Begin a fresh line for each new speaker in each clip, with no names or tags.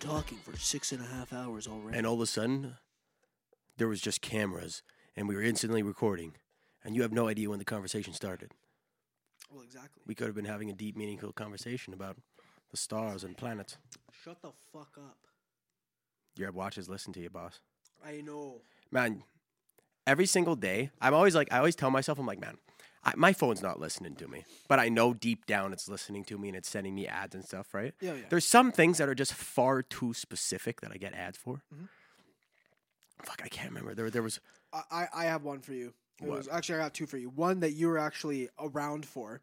talking for six and a half hours already.
And all of a sudden, there was just cameras, and we were instantly recording. And you have no idea when the conversation started.
well, exactly.
We could have been having a deep, meaningful conversation about the stars and planets.
Shut the fuck up.
Your watches listen to you, boss.
I know.
Man, every single day, I'm always like, I always tell myself, I'm like, man, I, my phone's not listening to me, but I know deep down it's listening to me and it's sending me ads and stuff, right?
Yeah, yeah.
There's some things that are just far too specific that I get ads for. Fuck, I can't remember. There, there was
I, I- I have one for you. It
What?
was, actually, I got two for you. One that you were actually around for,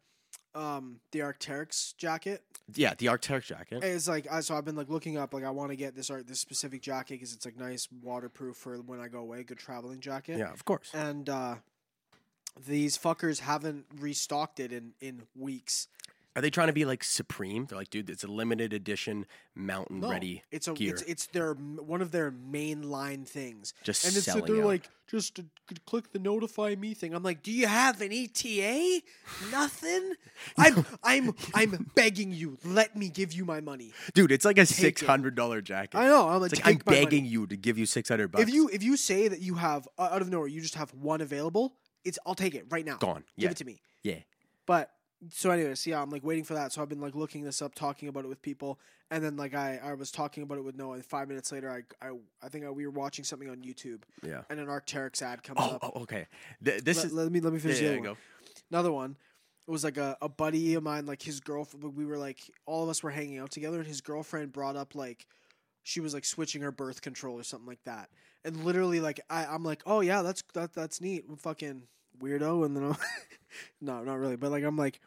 um, the Arcteryx jacket.
yeah, the Arctic jacket.
It's like I so I've been like looking up like I want to get this art this specific jacket because it's like nice waterproof for when I go away. Good traveling jacket.
Yeah, of course.
And uh, these fuckers haven't restocked it in in weeks.
Are they trying to be like Supreme? They're like, dude, it's a limited edition mountain ready.
It's a
gear.
it's it's their one of their mainline things.
Just
and it's,
selling
they're
out.
like just uh, c- click the notify me thing. I'm like, do you have an ETA? Nothing. I'm I'm I'm begging you. Let me give you my money.
dude, it's like a
Take
six
it.
hundred dollar jacket.
I know. I'm like,
It's like I'm
take my money.
begging you to give you six hundred bucks.
If you if you say that you have uh, out of nowhere, you just have one available. It's I'll take it right now.
gone,
Give
yeah,
it to me.
yeah,
But so, anyways, yeah, I'm like waiting for that. So I've been like looking this up, talking about it with people, and then like I, I was talking about it with Noah. And five minutes later, I I, I think I, we were watching something on YouTube,
yeah.
and an Arcteryx ad comes
Oh,
up.
oh, okay. Th- this
uh, let,
is
let me let me
yeah,
finish the
yeah,
other one.
go.
Another one. It was like a, a buddy of mine, like his girlfriend. We were like all of us were hanging out together, and his girlfriend brought up like she was like switching her birth control or something like that. And literally, like I, I'm like, oh yeah, that's that that's neat. fucking weirdo. And then I'm no, not really, but like I'm like,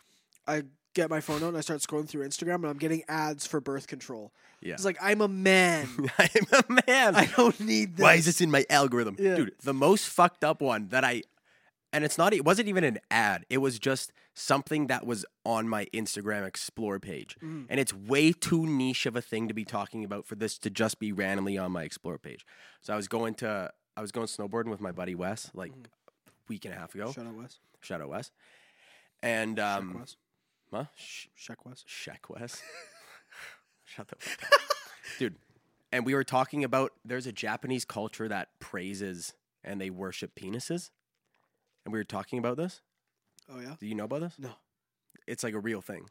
I get my phone out and I start scrolling through Instagram, and I'm getting ads for birth control.
Yeah.
It's like I'm a man.
I'm a man.
I don't need this.
Why is this in my algorithm,
Yeah.
dude? The most fucked up one that I, and it's not. e, It wasn't even an ad. It was just something that was on my Instagram Explore page,
Mm.
and it's way too niche of a thing to be talking about for this to just be randomly on my Explore page. So I was going to, I was going snowboarding with my buddy Wes like
Mm.
a week and a half ago.
Shout out Wes.
Shout out Wes, and um,
Wes.
huh? Sh-
Check Wes.
Sheck Wes. Shut the fuck up. Dude, and we were talking about there's a Japanese culture that praises and they worship penises. And we were talking about this.
Oh yeah.
Do you know about this?
No.
It's like a real thing.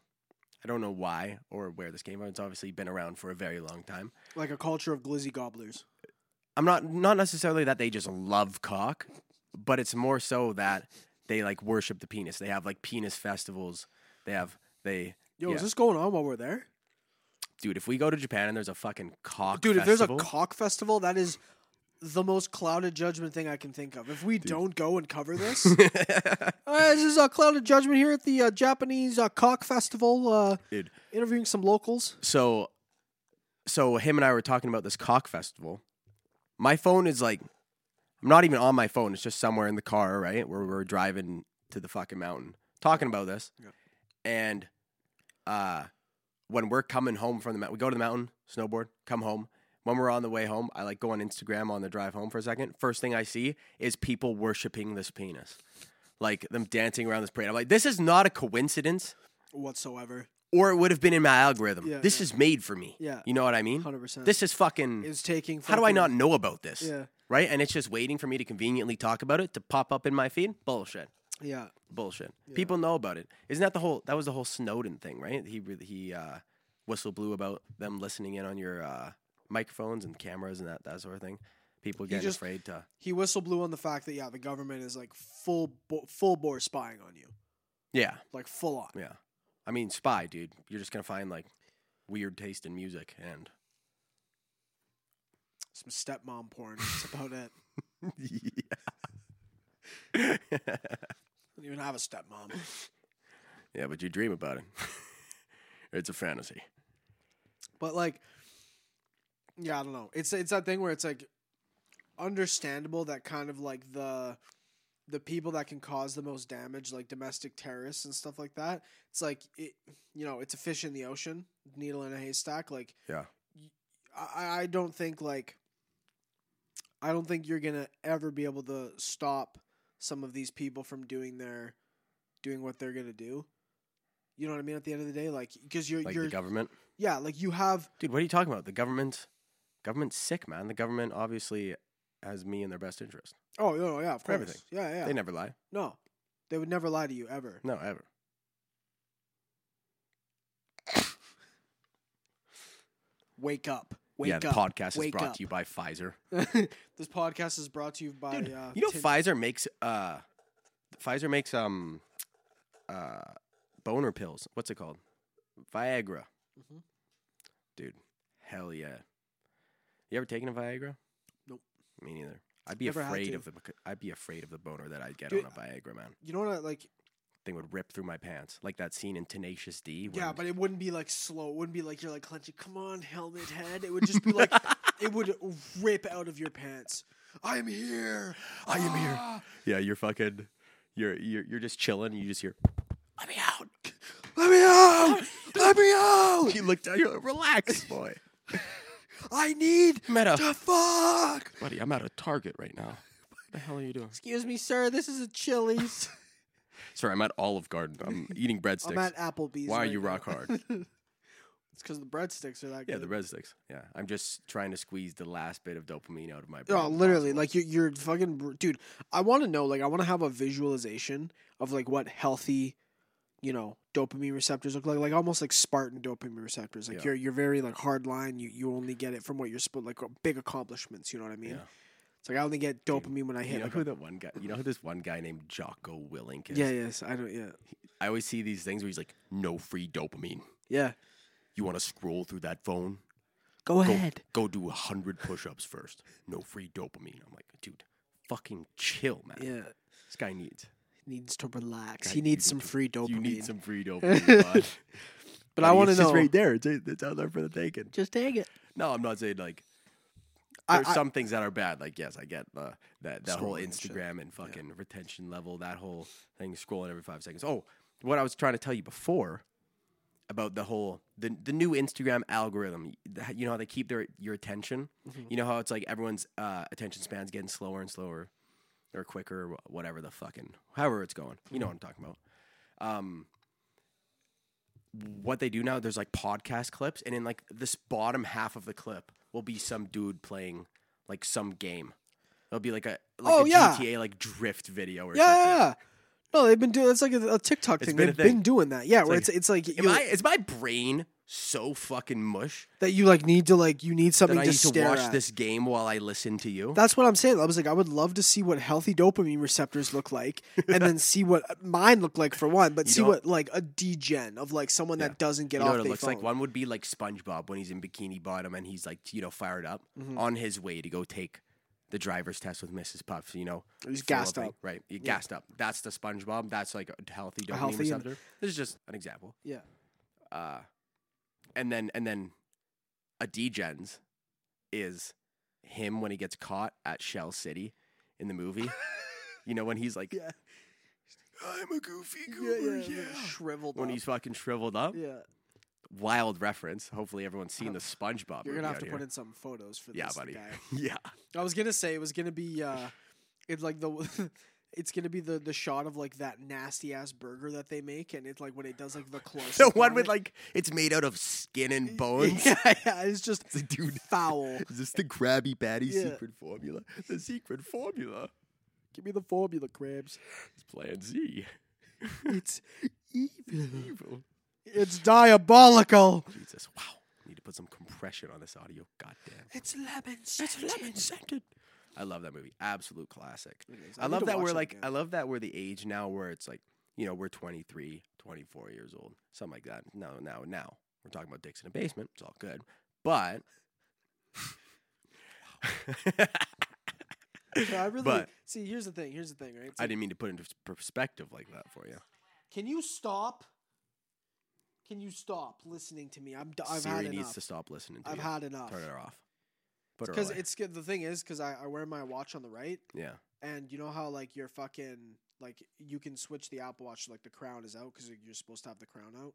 I don't know why or where this came from. It's obviously been around for a very long time.
Like a culture of glizzy gobblers.
I'm not not necessarily that they just love cock, but it's more so that they like worship the penis. They have like penis festivals. They have they
Yo, is
Yeah.
this going on while we're there?
dude, if we go to Japan and there's a fucking cock
Dude, if
festival,
there's a cock festival, that is the most clouded judgment thing I can think of. If we don't go and cover this, Uh, this is a clouded judgment here at the uh, Japanese uh, cock festival. Uh,
dude.
interviewing some locals.
so so him and I were talking about this cock festival. My phone is like I'm not even on my phone, it's just somewhere in the car, right? Where we're driving to the fucking mountain talking about this.
Yep.
And uh when we're coming home from the mountain, we go to the mountain, snowboard, come home. When we're on the way home, I like go on Instagram on the drive home for a second. First thing I see is people worshiping this penis. Like them dancing around this parade. I'm like, this is not a coincidence
whatsoever.
or it would have been in my algorithm.
Yeah,
this
yeah.
is made for me.
Yeah.
You know what I mean?
Hundred percent.
This is fucking.
is taking.
how do I
fucking-
not know about this?
Yeah,
Right? And it's just waiting for me to conveniently talk about it to pop up in my feed. Bullshit.
yeah.
Bullshit. People know about it. Isn't that the whole? That was the whole Snowden thing, right? He re- he uh, whistle blew about them listening in on your uh, microphones and cameras and that that sort of thing. People getting
just-
afraid to.
He whistle blew on the fact that yeah, the government is like full bo- full bore spying on you,
Yeah.
like full on.
Yeah. I mean, spy, dude. You're just gonna find like weird taste in music and.
Some stepmom porn. That's about it. I don't even have a stepmom.
Yeah, but you dream about it. it's a fantasy.
But like, yeah, I don't know. It's it's that thing where it's like understandable that kind of like the the people that can cause the most damage, like domestic terrorists and stuff like that. It's like it, you know, it's a fish in the ocean, needle in a haystack. Like,
Yeah.
y- I I don't think like I don't think you're gonna ever be able to stop some of these people from doing their doing what they're gonna do. You know what I mean? At the end of the day, like because you're
Like
you're
the government.
yeah, like you have
Dude, what are you talking about? The government Government's sick, man. The government obviously has me in their best interest.
Oh yeah, yeah, of
For
course.
everything.
Yeah, yeah.
They never lie.
no, they would never lie to you ever.
No, ever.
Wake up. Wake
yeah,
up.
the podcast is
Wake
brought
up.
to you by Pfizer.
this podcast is brought to you by.
Dude,
uh,
you know
Tim-
Pfizer makes uh Pfizer makes um uh boner pills. What's it called? Viagra.
Mhm.
Dude, hell yeah. You ever taken a Viagra?
Nope.
Me neither. I'd be
Never had
afraid
to.
of the I'd be afraid of the boner that I'd get
Dude,
on a Viagra, man.
You know what? I, like,
Thing would rip through my pants. Like that scene in Tenacious D when
yeah, but it wouldn't be like slow. It wouldn't be like you're like clenching. Come on, helmet head. It would just be like it would rip out of your pants. I'm here.
I am here.
Ah,
Yeah, you're fucking you're you're you're just chilling and you just hear Let me out.
Let me out.
Let me out. You look down, you're like, relax, boy.
I need
Meta.
to fuck.
Buddy, I'm at a Target right now. What the hell are you doing?
Excuse me, sir. This is a Chili's.
Sorry, I'm at Olive Garden. I'm eating breadsticks.
I'm at Applebee's.
Why are
right
you
now.
rock hard?
It's because the breadsticks are that
yeah,
good.
the breadsticks. Yeah, I'm just trying to squeeze the last bit of dopamine out of my brain.
Oh, literally,
possible.
like you're, you're fucking br- dude. I want to know, like, I want to have a visualization of like what healthy, you know, dopamine receptors look like, like almost like Spartan dopamine receptors. Like
Yeah.
you're you're very like hard line. You you only get it from what you're supposed like uh, big accomplishments. You know what I mean?
Yeah.
It's like I only get dopamine when I
You
hit.
know
Like,
who
a-
that one guy? You know who this one guy named Jocko Willink is?
yeah, yes, I don't. Yeah,
I always see these things where he's like, "No free dopamine.
yeah.
You want to scroll through that phone?
Go
Go,
ahead.
go do a hundred push-ups first. No free dopamine." I'm like, dude, fucking chill, man.
Yeah,
This guy needs.
he needs to relax.
God,
he
you
needs
need
some
to-
free dopamine.
You need some free dopamine. bud.
but I
Buddy,
want to
it's just
know.
right there. It's, it's out there for the taking.
Just take it.
No, I'm not saying like
I,
there's
I-
some things that are bad. Like yes, I get the that that whole
Scrolling and shit.
Instagram and fucking retention level, that whole thing scrolling every five seconds. Oh, what I was trying to tell you before about the whole the the new Instagram algorithm. that- You know how they keep their your attention.
Mhm.
You know how it's like everyone's uh, attention spans getting slower and slower, or quicker, or wh- whatever the fucking however it's going. You know what I'm talking about. Um, what they do now, there's like podcast clips, and in like this bottom half of the clip will be some dude playing like some game. It'll be like a like
Oh,
a
yeah.
GTA like drift video or
yeah, yeah,
something.
yeah. No, they've been doing. That's like a, a TikTok
It's
thing.
been a
They've
thing.
been doing that. Yeah, where
like,
it's it's like
Am
you-
I is my brain so fucking mush
that you like need to like you need
that
something
I
to
need to
stare
watch
at.
this game while I listen to you?
That's what I'm saying. I was like, I would love to see what healthy dopamine receptors look like, and then see what mine look like for one, but
You
see
know-
what like a degen of like someone
Yeah.
that doesn't get
you know
off
what it
their
looks
phone.
like? One would be like SpongeBob when he's in Bikini Bottom and he's like, you know, fired up
Mm-hmm. Mm.
on his way to go take the driver's test with Mrs. Puffs, you know.
He's
full
gassed
of, like-
up.
Right. you gassed up. That's the SpongeBob. That's like a healthy dopamine
healthy and-
receptor. This is just an example.
Yeah.
Uh, and then and then a degens is him when he gets caught at Shell City in the movie. you know, when he's like
Yeah.
I'm a goofy
Yeah, yeah,
goober, yeah.
like, shriveled.
When
up.
he's fucking shriveled up
yeah, Uh-huh.
wild reference. Hopefully, everyone's seen the SpongeBob.
you're gonna have to put
it.
in some photos for
Yeah,
this
buddy.
guy.
Yeah,
I was gonna say it was gonna be uh it's like the it's gonna be the the shot of like that nasty ass burger that they make and it's like when it does like the close
the one with like it's made out of skin and bones.
yeah, yeah, it's just
It's like, dude,
foul.
is this the Krabby Patty
Yeah.
secret formula? The secret formula
Give me the formula crabs.
is Plan Z.
It's evil.
Evil.
It's diabolical.
Jesus, wow. Need to put some compression on this audio. Goddamn.
It's lemon.
It's lemon scented. I love that movie. Absolute classic.
is. I need to
I, love that
watch
we're
that
like
again.
I love that we're the age now where it's like, you know, we're 23, 24 years old, something like that. No, now now. We're talking about dicks in a basement. It's all good. But
I really
But-
see. Here's the thing. Here's the thing. Right? It's
I
like,
didn't mean to put into perspective like that for you.
Can you stop? Can you stop listening to me? I'm. d- I've
Siri
had
needs
enough.
to stop listening to
I've
you.
had enough.
Turn it off. Put her
Because
away.
it's good. The thing is, because I, I wear my watch on the right,
yeah.
and you know how like your fucking like you can switch the Apple Watch to, like the crown is out because you're supposed to have the crown out.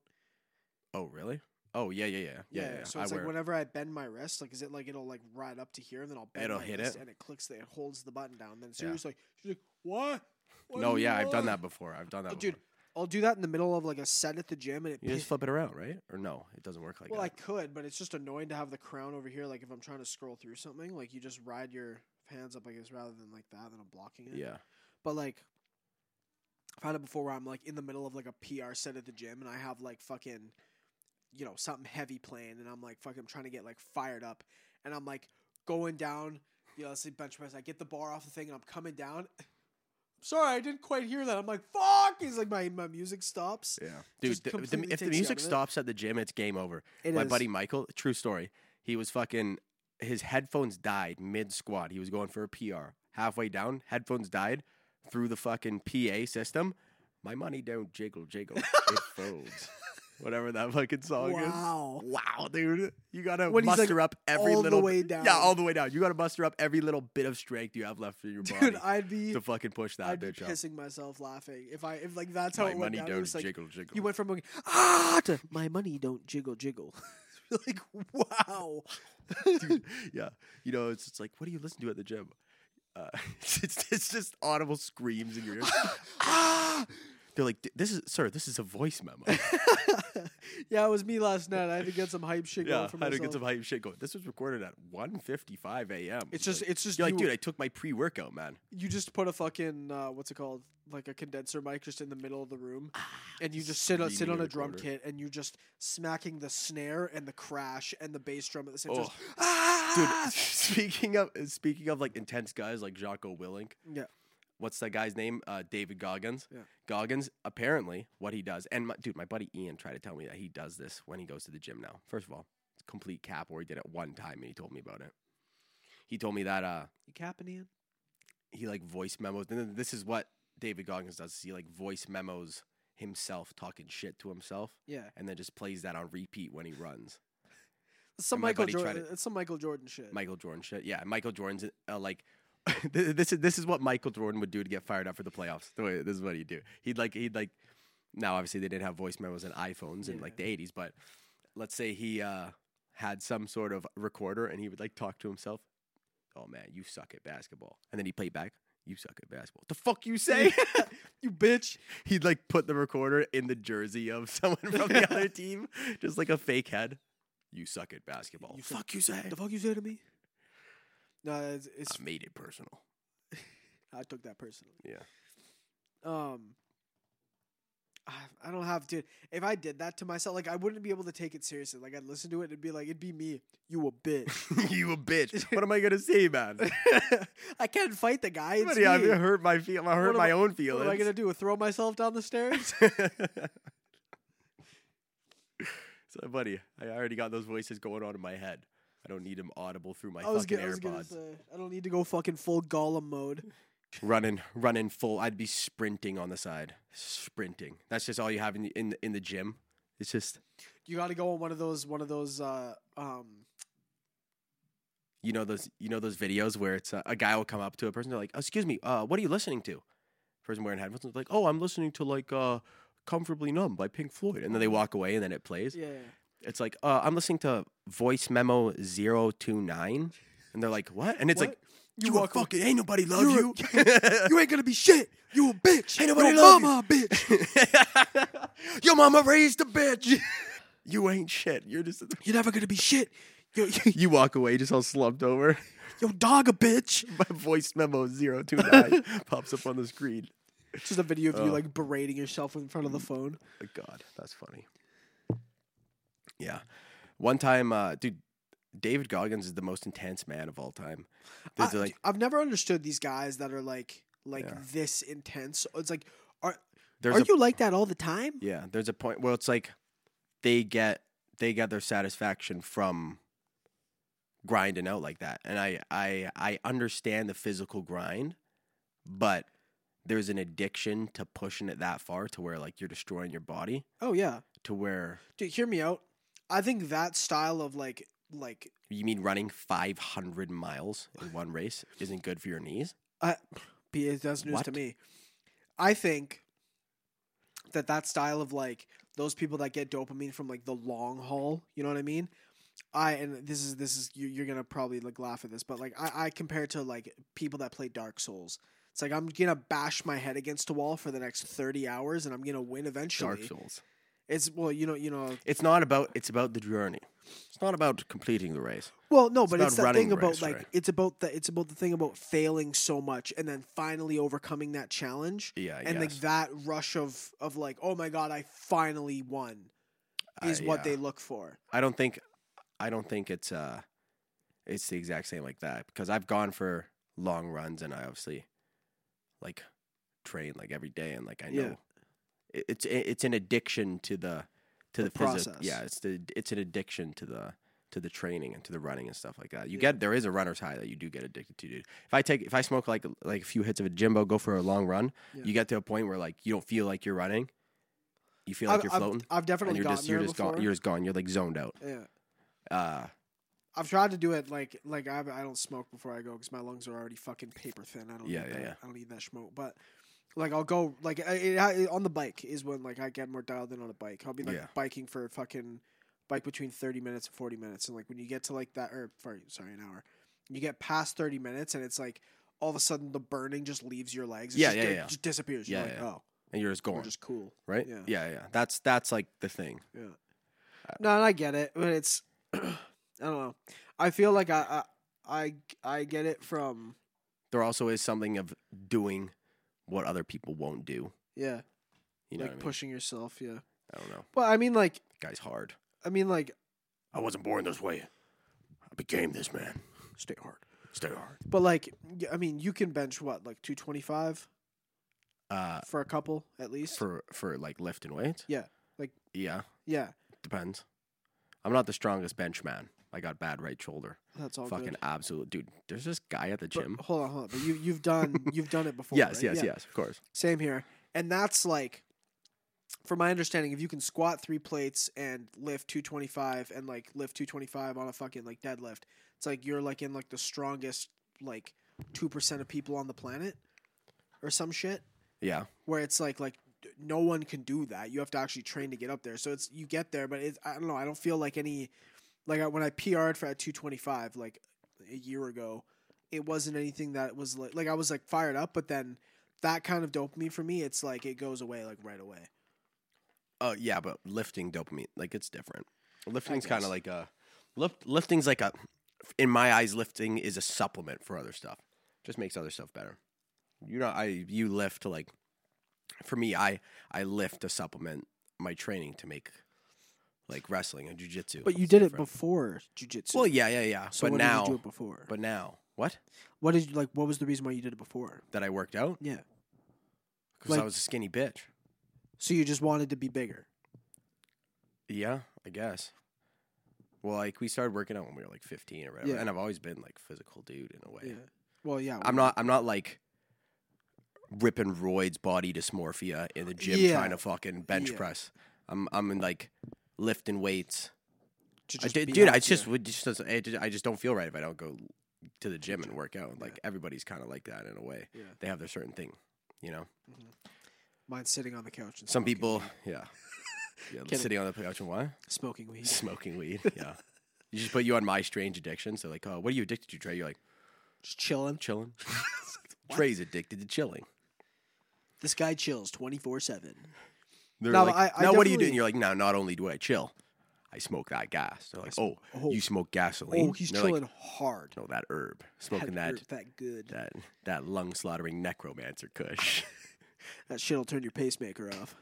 Oh really? Oh yeah yeah yeah yeah. yeah,
So
I
it's like
wear it.
whenever I bend my wrist, like is it like it'll like right up to here, and then I'll bend
It'll
my
hit
wrist,
it?
and it clicks, the, it holds the button down. Then
Yeah.
Siri's like, she's like, what? What
No
do you
yeah I've
want?"
done that before. I've done that.
Oh, dude,
before.
I'll do that in the middle of like a set at the gym, and it.
You just
piss-
flip it around, right? Or no, it doesn't work like
well, I
that.
could, but it's just annoying to have the crown over here. Like if I'm trying to scroll through something, like you just ride your hands up like this rather than like that. Then I'm blocking it.
yeah.
But like, I've had it before where I'm like in the middle of like a PR set at the gym, and I have like fucking, you know, something heavy playing, and I'm like fucking trying to get like fired up, and I'm like going down. You know, let's say bench press. I get the bar off the thing, and I'm coming down. Sorry, I didn't quite hear that. I'm like, fuck. He's like, my, my music stops.
Yeah, dude.
Just
The, the,
completely
if the
takes you out
music
of it.
stops at the gym, it's game over.
It
My
is-
buddy Michael, true story. He was fucking. His headphones died mid squat. He was going for a PR halfway down. Headphones died through the fucking PA system. My money don't jiggle, jiggle. it folds. Whatever that fucking song
Wow.
is. Wow, dude. You gotta
When he's, like,
muster up every
all the
little
way down.
Yeah, all the way down. You gotta muster up every little bit of strength you have left in your body
Dude, I'd be
to fucking push that
I'd be
bitch up.
pissing myself laughing if I if like that's how
My
it went
money
down. It
don't
was, like,
jiggle, jiggle.
You went from going ah to my money don't jiggle jiggle. like wow.
Dude, yeah. You know, it's just like, what do you listen to at the gym? Uh, it's, it's, it's just audible screams in your ears.
ah.
They're like, this is, sir, this is a voice memo.
yeah, it was me last night. I had to get some hype shit
yeah,
going for
how
myself.
to get some hype shit going. This was recorded at 1.55 a.m.
it's just
like,
it's just
you're
you,
like, dude, I took my pre-workout, man.
you just put a fucking uh, what's it called? Like a condenser mic just in the middle of the room
Ah,
and you just sit on sit
screaming
on
in
a
the
drum
corner.
kit and you're just smacking the snare and the crash and the bass drum at the same time.
Oh.
Just, ah!
Dude, speaking of speaking of like intense guys like Jocko Willink,
Yeah.
what's that guy's name? Uh, David Goggins.
Yeah.
Goggins, apparently, what he does, and my, dude, my buddy Ian tried to tell me that he does this when he goes to the gym now. First of all, it's complete cap, or he did it one time and he told me about it. He told me that uh,
You capping in?
he like voice memos. And then this is what David Goggins does: is he like voice memos himself talking shit to himself,
Yeah.
and then just plays that on repeat when he runs.
It's some
my
Michael
buddy tried
Jordan. It's some Michael Jordan shit.
Michael Jordan shit. Yeah, Michael Jordan's uh, like th- this is this is what Michael Jordan would do to get fired up for the playoffs. The way- This is what he'd do. He'd like he'd like. Now, obviously, they didn't have voice memos and iPhones in like the '80s, but let's say he uh, had some sort of recorder and he would like talk to himself. Oh man, you suck at basketball, and then he played back. You suck at basketball. The fuck you say?
you bitch.
He'd like put the recorder in the jersey of someone from the other team, just like a fake head. You suck at basketball.
You suck-
fuck you say?
The fuck you say to me? No, it's, it's
I made it personal. Ah.
I took that personally.
Yeah.
Um, I- I don't have dude. If I did that to myself, like I wouldn't be able to take it seriously. Like I'd listen to it and it'd be like, it'd be me. You a bitch.
you a bitch. What am I gonna say, man?
I can't fight the guy. It's
Buddy, I'm
me.
gonna hurt my feel. I hurt
am
my
I-
own
What am I gonna
feelings.
do? Throw myself down the stairs?
so, buddy, I already got those voices going on in my head. I don't need them audible through my
I was
fucking
gonna, I was gonna
AirPods.
say, I don't need to go fucking full golem mode.
Running, running full. I'd be sprinting on the side, sprinting. That's just all you have in the, in the, in the gym. It's just
You got to go on one of those, one of those. Uh, um,
you know those you know those videos where it's uh, a guy will come up to a person they're like excuse me uh, what are you listening to person wearing headphones they're like oh i'm listening to like uh, comfortably numb by pink floyd and then they walk away and then it plays
yeah, yeah.
it's like uh, i'm listening to voice memo 029 and they're like what and it's
What?
like
You
you, a
walk away.
fucking ain't nobody love
You're
you
a- you ain't gonna be shit. You a bitch.
Ain't nobody
Your
love you.
mama, a bitch.
your mama raised a bitch you ain't shit you're just
You're never gonna be shit. Yo,
you walk away just all slumped over
yo, dog a bitch.
my voice memo 029 pops up on the screen
It's just a video of you like berating yourself in front of the phone.
Uh, God, that's funny. Yeah. One time, uh, dude, David Goggins is the most intense man of all time.
I,
There's like,
have never understood these guys that are like like
Yeah.
this intense. It's like, are
there's
are
a,
you like that all the time?
yeah, there's a point where it's like they get they get their satisfaction from grinding out like that, and I I I understand the physical grind, but there's an addiction to pushing it that far to where like you're destroying your body
Oh yeah,
to where
dude, hear me out. I think that style of like like
you mean running 500 miles in one race isn't good for your knees
I, be it that's news to
What?
me. I think that that style of like those people that get dopamine from like the long haul, you know what I mean? I and this is this is you, you're gonna probably like laugh at this, but like I, I compare it to like people that play Dark Souls. It's like I'm gonna bash my head against a wall for the next thirty hours, and I'm gonna win eventually.
Dark Souls.
It's well, you know, you know.
It's not about. It's about the journey. It's not about completing the race.
Well, no, but
about
it's that
running
thing about
race,
like
right?
it's about the it's about the thing about failing so much and then finally overcoming that challenge
Yeah.
and
yes.
like that rush of of like, oh my god, I finally won is
I-
what
Uh, yeah.
they look for.
I don't think I don't think it's uh it's the exact same like that because I've gone for long runs and I obviously like train like every day and like I
Yeah.
know it it's it's an addiction to the to
The
the, physi-
process.
yeah, it's the it's an addiction to the to the training and to the running and stuff like that. You
Yeah.
get there is a runner's high that you do get addicted to, dude. If I take if I smoke like like a few hits of a Jimbo, go for a long run,
Yeah.
you get to a point where like you don't feel like you're running. You feel like
I've,
you're
I've-
floating.
I've, definitely
and you're
gotten
just
there
you're just
before.
gone you're just gone. You're like zoned out.
yeah.
Uh
I've tried to do it like like I, I don't smoke before I go because my lungs are already fucking paper thin. I don't
Yeah,
need
yeah,
that.
yeah.
I don't need that smoke. But like I'll go like I- it, I, on the bike is when like I get more dialed in on a bike. I'll be like
Yeah.
biking for a fucking bike between thirty minutes and forty minutes, and like when you get to like that or for, sorry an hour, you get past thirty minutes, and it's like all of a sudden the burning just leaves your legs. It
Yeah,
just,
yeah,
it
yeah.
just disappears.
Yeah,
You're like
yeah.
oh,
and you're just
we're
going,
just cool.
right?
yeah.
yeah, yeah. That's that's like the thing. Uh,
No, and I get it, but it's I don't know. I feel like I I I, I get it from.
There also is something of doing what other people won't do.
Yeah,
You
like
know, what I mean?
pushing yourself. Yeah.
I don't know.
Well, I mean, like,
Guy's hard.
I mean, like,
I wasn't born this way. I became this man.
stay hard.
Stay hard.
But like, y- I mean, you can bench what, like, two twenty five
Uh,
for a couple at least.
for for like lifting weights.
Yeah, like-
yeah,
yeah,
depends. I'm not the strongest bench man. I got bad right shoulder.
that's all.
Fucking
Oh, good.
absolute dude. There's this guy at the
But
gym.
hold on, hold on. But you you've done you've done it before.
yes,
right?
yes,
Yeah.
yes. Of course.
Same here, and that's like. From my understanding, if you can squat three plates and lift two twenty five and like lift two twenty five on a fucking like deadlift, it's like you're like in like the strongest like two percent of people on the planet, or some shit.
Yeah.
where it's like like no one can do that. You have to actually train to get up there. So it's you get there, but it's I don't know. I don't feel like any like I, when I PR'd for at two twenty five like a year ago, it wasn't anything that was like like I was like fired up, but then that kind of dopamine for me, it's like it goes away like right away.
Oh yeah, but lifting dopamine like it's different. Lifting's
guess.
kind of like a lift. Lifting's like a, in my eyes, lifting is a supplement for other stuff. Just makes other stuff better. You know, I you lift to like, for me, I I lift to supplement my training to make, like wrestling and jujitsu.
But you
It's
did it
different.
before jujitsu.
Well, yeah, yeah, yeah.
So
but
what
now,
did you do it before? But
but now, what?
what did you like? What was the reason why you did it before?
That I worked out
Yeah.
because I
Like-
was a skinny bitch.
So you just wanted to be bigger.
Yeah, I guess. Well, like we started working out when we were like 15 or whatever,
Yeah.
and I've always been like physical dude in a way.
Yeah. Well, yeah.
I'm not. I'm not like ripping Royd's body dysmorphia in the gym
Yeah.
trying to fucking bench
Yeah.
press. I'm. I'm in like lifting weights.
to
I
just
did,
be out
dude. I
there.
just would just. doesn't- I just- I just don't feel right if I don't go to the gym and work out. Like everybody's kind of like that in a way.
Yeah.
They have their certain thing, you know.
Mine sitting on the couch. And
Some
smoking
people,
weed.
yeah, yeah,
Kidding.
sitting on the couch and why
smoking weed.
smoking weed. Yeah, you just put you on my strange addiction. So like, oh, what are you addicted to, Trey? You're like
just chilling.
chilling. Trey's addicted to chilling.
This guy chills twenty four seven.
They're
No,
like,
I- I
now what do you do?
definitely-
And you're like, no, not only do I chill, I smoke that gas. They're like, oh,
oh.
you smoke gasoline?
Oh, he's
And they're
chilling
Like,
hard.
no, that herb. Smoking that,
Had it that good. That,
that, that lung slaughtering necromancer kush.
shit'll turn your pacemaker off.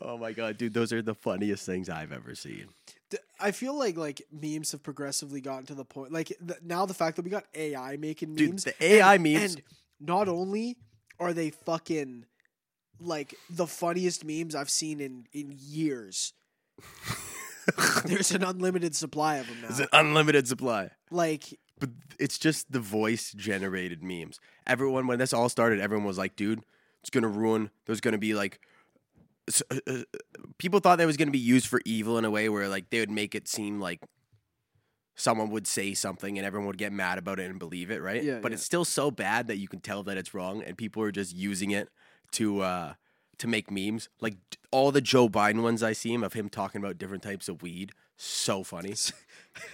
oh my God, dude, those are the funniest things I've ever seen.
D- I feel like like memes have progressively gotten to the point. Like th- now, the fact that we got AI making
Dude,
memes,
the AI
and,
memes.
and not only are they fucking like the funniest memes I've seen in in years. There's an unlimited supply of them
It's
now.
an unlimited supply.
Like
But it's just the voice generated memes. Everyone, when this all started, everyone was like, dude, it's going to ruin. There's going to be like. s- uh, uh, people thought that was going to be used for evil in a way where like they would make it seem like someone would say something and everyone would get mad about it and believe it, right?
Yeah,
but
yeah.
it's still so bad that you can tell that it's wrong and people are just using it to uh to make memes. Like d- all the Joe Biden ones I see him of him talking about different types of weed, so funny.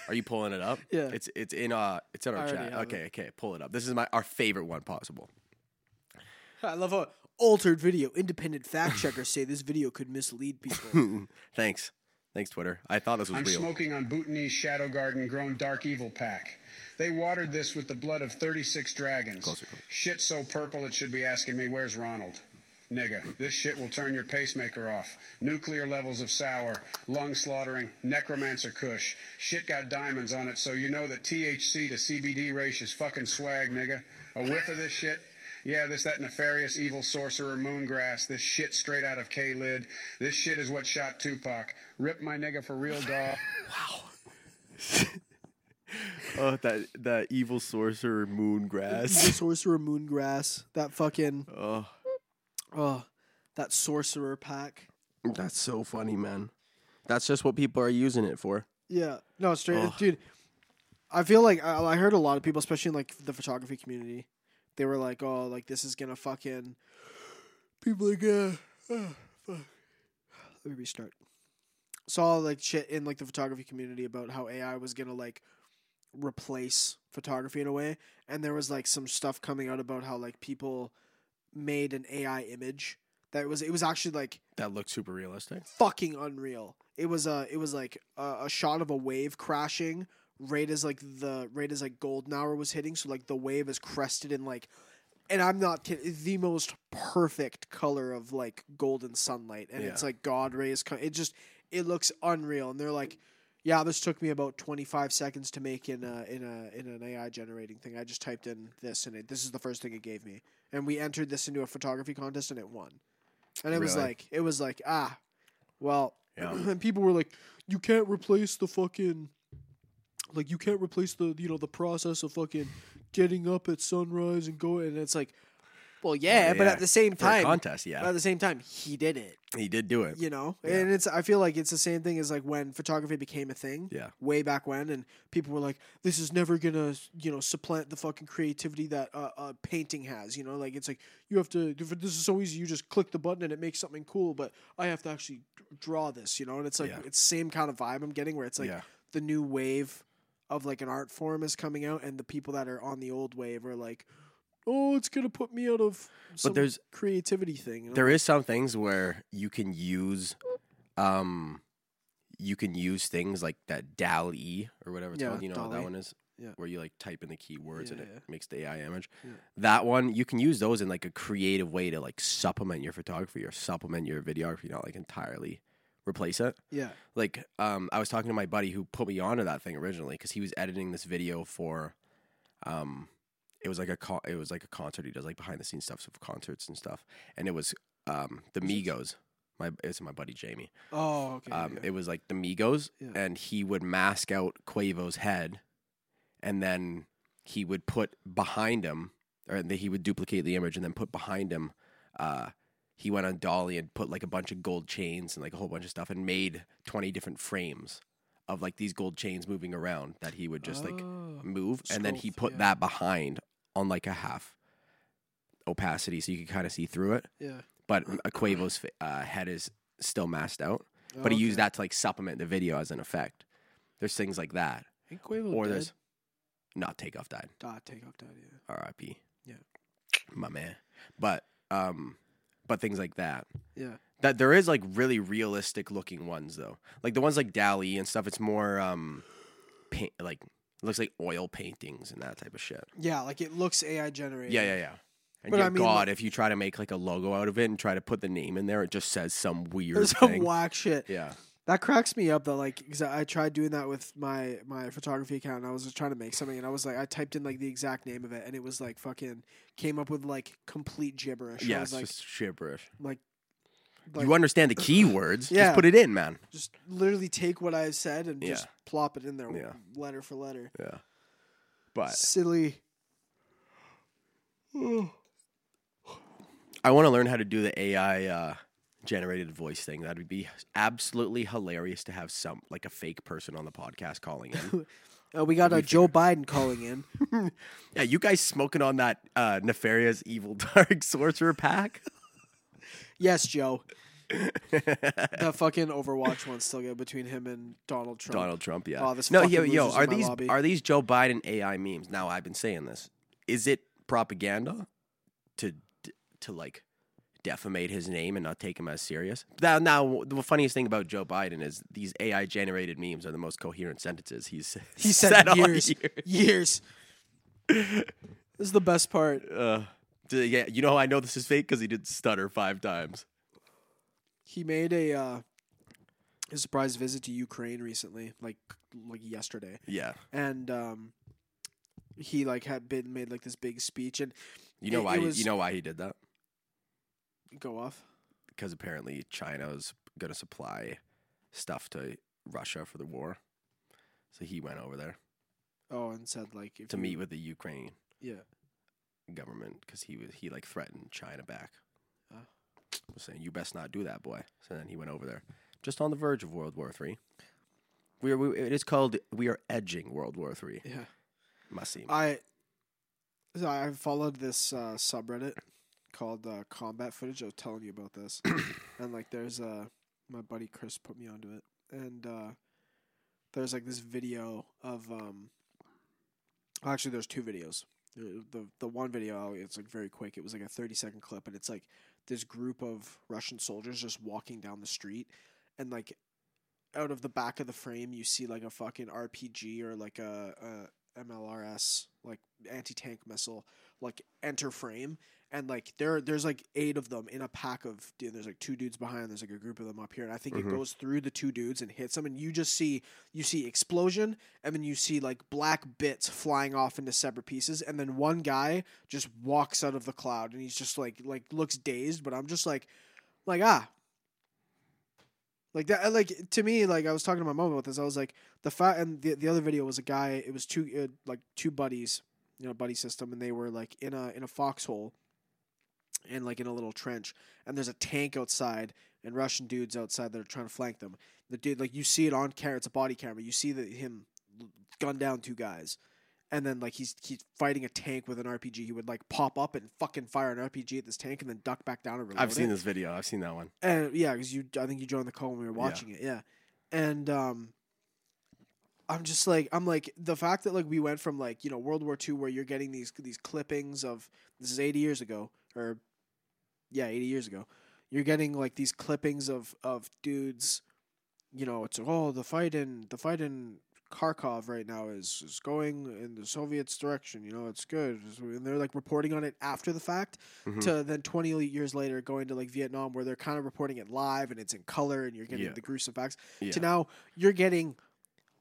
Are you pulling it up?
Yeah.
It's it's in uh it's in
I
our
already
chat.
have
Okay, okay, pull it up. This is my our favorite one possible.
I love how altered video. Independent fact checkers say this video could mislead people.
Thanks. Thanks, Twitter. I thought this was
I'm
real.
smoking on Bhutanese Shadow Garden grown Dark Evil pack. They watered this with the blood of 36 dragons. Shit so purple it should be asking me, where's Ronald? Nigga, this shit will turn your pacemaker off. Nuclear levels of sour, lung slaughtering, necromancer kush. Shit got diamonds on it, so you know the THC to CBD ratio is fucking swag, nigga. A whiff of this shit, yeah, this that nefarious evil sorcerer Moongrass. This shit straight out of K Lid. This shit is what shot Tupac. Rip my nigga for real, dog.
Oh, that that evil sorcerer moongrass.
Sorcerer Moongrass, that fucking
oh,
oh, that sorcerer pack.
that's so funny, man. That's just what people are using it for.
Yeah, no, straight,
Ugh.
dude. I feel like I, I heard a lot of people, especially in like the photography community, they were like, "Oh, like this is gonna fucking." People like, uh, uh, fuck. Let me restart. Saw like shit in like the photography community about how AI was gonna like replace photography in a way, and there was like some stuff coming out about how like people made an AI image that was it was actually like
That looked super realistic.
fucking unreal. It was a it was like a, a shot of a wave crashing right as like the right as like golden hour was hitting. So like the wave is crested in like, and I'm not kidding. The most perfect color of like golden sunlight, and it's
Yeah.
like God rays. co- It just it looks unreal, and they're like. Yeah, this took me about 25 seconds to make in a, in a in an AI generating thing. I just typed in this and it this is the first thing it gave me. And we entered this into a photography contest and it won. And it was
Really?
like it was like ah well,
Yeah.
and people were like, "You can't replace the fucking, like, you can't replace the, you know, the process of fucking getting up at sunrise and going." And it's like, well, yeah, but
Oh, yeah.
at the same
For a
time,
contest, yeah.
but at the same time, he did it,
He did do it.
you know. And it's, I feel like it's the same thing as like when photography became a thing,
Yeah.
way back when, and people were like, "This is never gonna, you know, supplant the fucking creativity that uh, uh, painting has." You know, like it's like you have to. This is so easy. You just click the button and it makes something cool. But I have to actually draw this. You know, and it's like
Yeah.
it's same kind of vibe I'm getting where it's like
Yeah.
the new wave of like an art form is coming out, and the people that are on the old wave are like, "Oh, it's gonna put me out of." Some
there's-
creativity thing. you know?
There is some things where you can use, um, you can use things like that DAL E or whatever it's
Yeah,
called. You know what that
DALL-E.
one is?
Yeah.
Where you like type in the keywords and
Yeah,
it
yeah.
makes the AI image.
Yeah.
That one you can use those in like a creative way to like supplement your photography or supplement your videography, not like entirely replace it.
yeah,
Like, um, I was talking to my buddy who put me onto that thing originally because he was editing this video for, um, it was like a con- it was like a concert he does like behind the scenes stuff of concerts and stuff, and it was um the Migos. My it's my buddy Jamie.
Oh, okay.
Um, it was like the Migos,
Yeah.
and he would mask out Quavo's head, and then he would put behind him, or that he would duplicate the image and then put behind him. Uh, he went on Dolly and put like a bunch of gold chains and like a whole bunch of stuff, and made twenty different frames of like these gold chains moving around that he would just like move, and then he
sculpt,
put
Oh, yeah.
that behind on like a half opacity, so you could kind of see through it.
yeah.
But a Quavo's fa- uh, head is still masked out but he used that to like supplement the video as an effect. There's things like that, or there's not takeoff died.
dot Ah, take off dot. Yeah.
R.I.P.
Yeah.
my man. But um, but things like that.
Yeah.
That there is like really realistic looking ones though, like the ones like Dali and stuff. It's more um, paint like looks like oil paintings and that type of shit.
Yeah, like it looks AI generated.
Yeah, yeah, yeah. And
But
dear
I mean,
God,
like-
if you try to make like a logo out of it and try to put the name in there, it just says some weird
There's some
thing.
whack shit.
yeah,
That cracks me up though, like because I I tried doing that with my my photography account. And I was just trying to make something, and I was like, I typed in like the exact name of it, and it was like fucking came up with like complete gibberish. I
yeah,
was
it's
like,
just gibberish.
like, like
you understand the keywords.
Yeah.
Just put it in, man.
just literally take what I said and just
Yeah.
plop it in there,
Yeah.
letter for letter.
Yeah. But
Silly.
I want to learn how to do the AI uh, generated voice thing. That would be absolutely hilarious to have some like a fake person on the podcast calling in.
Uh, we got uh, Joe Biden calling in.
yeah, you guys smoking on that uh, nefarious evil dark sorcerer pack?
Yes, Joe. that fucking Overwatch one's still good between him and Donald Trump.
Donald Trump, yeah.
Oh, this
no,
fucking
yo, yo,
loses
are
my
these
lobby.
are these Joe Biden AI memes? Now I've been saying this. Is it propaganda to to like defamate his name and not take him as serious? Now, now the funniest thing about Joe Biden is these AI generated memes are the most coherent sentences he's
He said,
all
years,
year.
years. this is the best part.
Uh, d- yeah, you know how I know this is fake because he did stutter five times.
He made a uh, a surprise visit to Ukraine recently, like like yesterday.
Yeah,
and um, he like had been made like this big speech and
you know
It-
why?
it
he-
was-
You know why he did that?
go off.
Because apparently China was going to supply stuff to Russia for the war, so he went over there
Oh, and said like if
to
you-
meet with the Ukraine
Yeah,
government because he was he like threatened China back,
Oh.
was saying you best not do that, boy. So then he went over there, just on the verge of World War Three. We are, we, it is called we are edging World War Three.
yeah.
Must seem.
I so I followed this uh, subreddit called uh, Combat Footage. I was telling you about this, and like there's uh my buddy Chris put me onto it, and uh, there's like this video of um. Actually, there's two videos. The the, the one video oh, it's like very quick. It was like a 30 second clip, and it's like this group of Russian soldiers just walking down the street, and like out of the back of the frame you see like a fucking RPG or like a, a MLRS like anti tank missile like enter frame and like there there's like eight of them in a pack of dude, there's like two dudes behind there's like a group of them up here and I think
Mhm.
it goes through the two dudes and hits them and you just see you see explosion and then you see like black bits flying off into separate pieces and then one guy just walks out of the cloud and he's just like like looks dazed but I'm just like like ah like that uh, like to me like i was talking to my mom about this i was like the fact and the, the other video was a guy it was two uh, like two buddies you know buddy system and they were like in a in a foxhole and like in a little trench and there's a tank outside and russian dudes outside that are trying to flank them the dude like you see it on camera it's a body camera you see that him gun down two guys and then like he's he's fighting a tank with an rpg he would like pop up and fucking fire an rpg at this tank and then duck back down and reload
I've
it.
seen this video. I've seen that one.
And yeah, because you, I think you joined the call when we were
Yeah.
watching it. Yeah, and um, I'm just like, I'm like the fact that like we went from like you know World War II where you're getting these these clippings of this is 80 years ago or yeah 80 years ago, you're getting like these clippings of of dudes, you know, it's oh the fight in the fight in Kharkov right now is is going in the Soviets direction, you know, it's good, and they're like reporting on it after the fact
Mhm.
to then 20 years later going to like Vietnam where they're kind of reporting it live and it's in color and you're getting
Yeah.
the gruesome facts
Yeah.
to now you're getting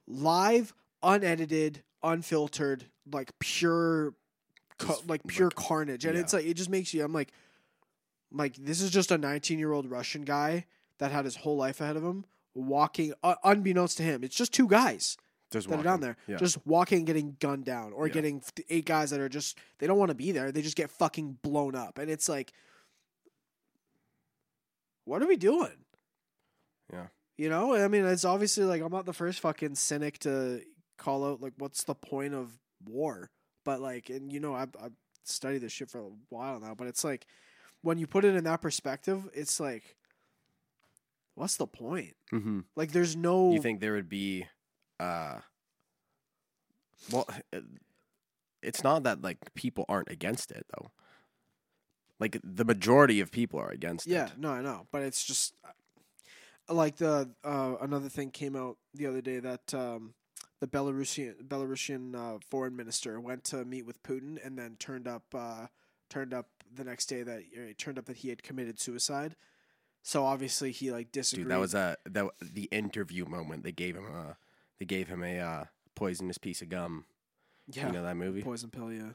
live unedited unfiltered like pure co-
Just
like
like-
pure carnage and
yeah.
it's like it just makes you I'm like like this is just a 19 year old Russian guy that had his whole life ahead of him walking uh, unbeknownst to him it's just two guys
Just
that are down
walking.
there
Yeah.
just walking getting gunned down or
Yeah.
getting f- eight guys that are just they don't want to be there they just get fucking blown up and it's like what are we doing
Yeah.
you know i mean it's obviously like i'm not the first fucking cynic to call out like what's the point of war but like and you know i've, I've studied this shit for a while now but it's like when you put it in that perspective it's like what's the point
Mhm.
like there's no
you think there would be uh well uh, it's not that like people aren't against it though like the majority of people are against
Yeah,
it
no, I know, but it's just uh, like the uh, another thing came out the other day that um, the Belarusian Belarusian uh, foreign minister went to meet with Putin and then turned up uh, turned up the next day that or it turned up that he had committed suicide. So obviously he like disagreed.
dude that was a that w- the interview moment they gave him a they gave him a uh, poisonous piece of gum
yeah,
you know that movie
poison pill. Yeah,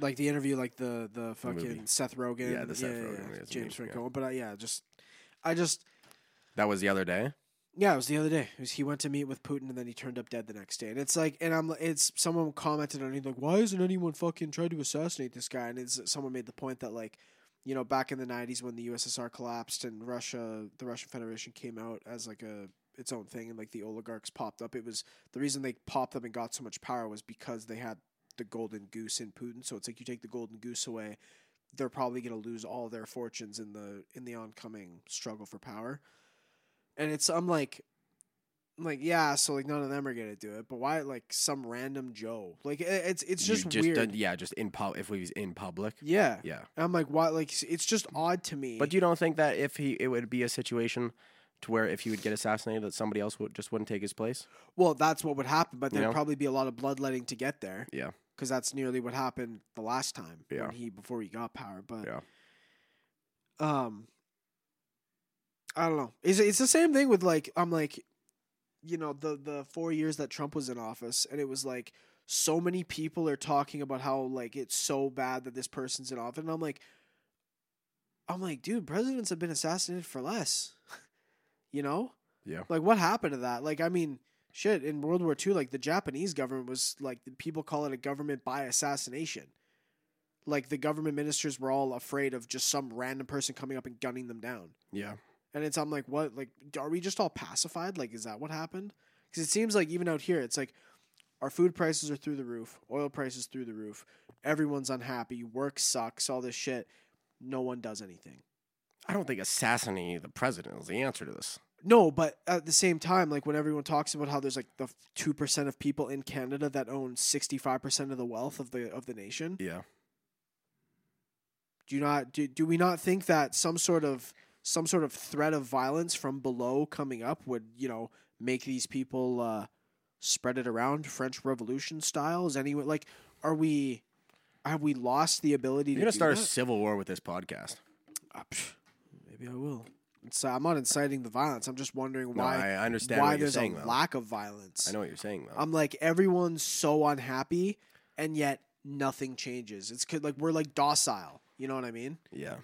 like the interview, like the the fucking
movie.
Seth Rogen.
Yeah, the Seth
yeah,
Rogen,
yeah,
yeah, it's a
James
movie, yeah.
Franco. But I, yeah, just I just
that was the other day
Yeah, it was the other day. It was, he went to meet with Putin and then he turned up dead the next day. And it's like, and I'm, it's someone commented on it like, why isn't anyone fucking trying to assassinate this guy? And it's someone made the point that like, you know, back in the '90s when the USSR collapsed and Russia, the Russian Federation came out as like a its own thing, and like the oligarchs popped up. It was the reason they popped up and got so much power was because they had the golden goose in Putin. So it's like you take the golden goose away, they're probably going to lose all their fortunes in the in the oncoming struggle for power. And it's I'm like I'm like yeah, so like none of them are going to do it, but why like some random Joe? Like it- it's it's
You
just, weird.
done- yeah, just in pub. If we was in public,
yeah.
yeah.
And I'm like why like it's just odd to me.
But you don't think that if he, it would be a situation to where if he would get assassinated, that somebody else would just wouldn't take his place?
well, that's what would happen, but
You
there'd
know?
probably be a lot of bloodletting to get there.
Yeah.
Cuz that's nearly what happened the last time
Yeah.
when he before he got power, but
Yeah.
um I don't know. It's it's the same thing with like I'm like you know the the 4 years that Trump was in office and it was like so many people are talking about how like it's so bad that this person's in office and I'm like I'm like dude presidents have been assassinated for less. you know?
Yeah.
Like what happened to that? Like I mean shit in World War II like the Japanese government was like people call it a government by assassination like the government ministers were all afraid of just some random person coming up and gunning them down.
Yeah.
And it's I'm like, what? Like, are we just all pacified? Like, is that what happened? Because it seems like even out here, it's like our food prices are through the roof, oil prices through the roof, everyone's unhappy, work sucks, all this shit. No one does anything.
I don't think assassinating the president is the answer to this.
No, but at the same time, like when everyone talks about how there's like the two percent of people in Canada that own sixty five percent of the wealth of the of the nation,
Yeah.
do you not do, do we not think that some sort of some sort of threat of violence from below coming up would you know make these people uh, spread it around french revolution styles anyone like are we have we lost the ability
You're
to
gonna
do
start a
that?
civil war with this podcast.
Ah, psh, maybe i will it's, uh, i'm not inciting the violence i'm just wondering
No,
why
I understand
why
what you're
there's
saying
a Um,
though.
lack of violence
I know what you're saying though.
i'm like everyone's so unhappy and yet nothing changes it's 'cause, like we're like docile you know what i mean
yeah.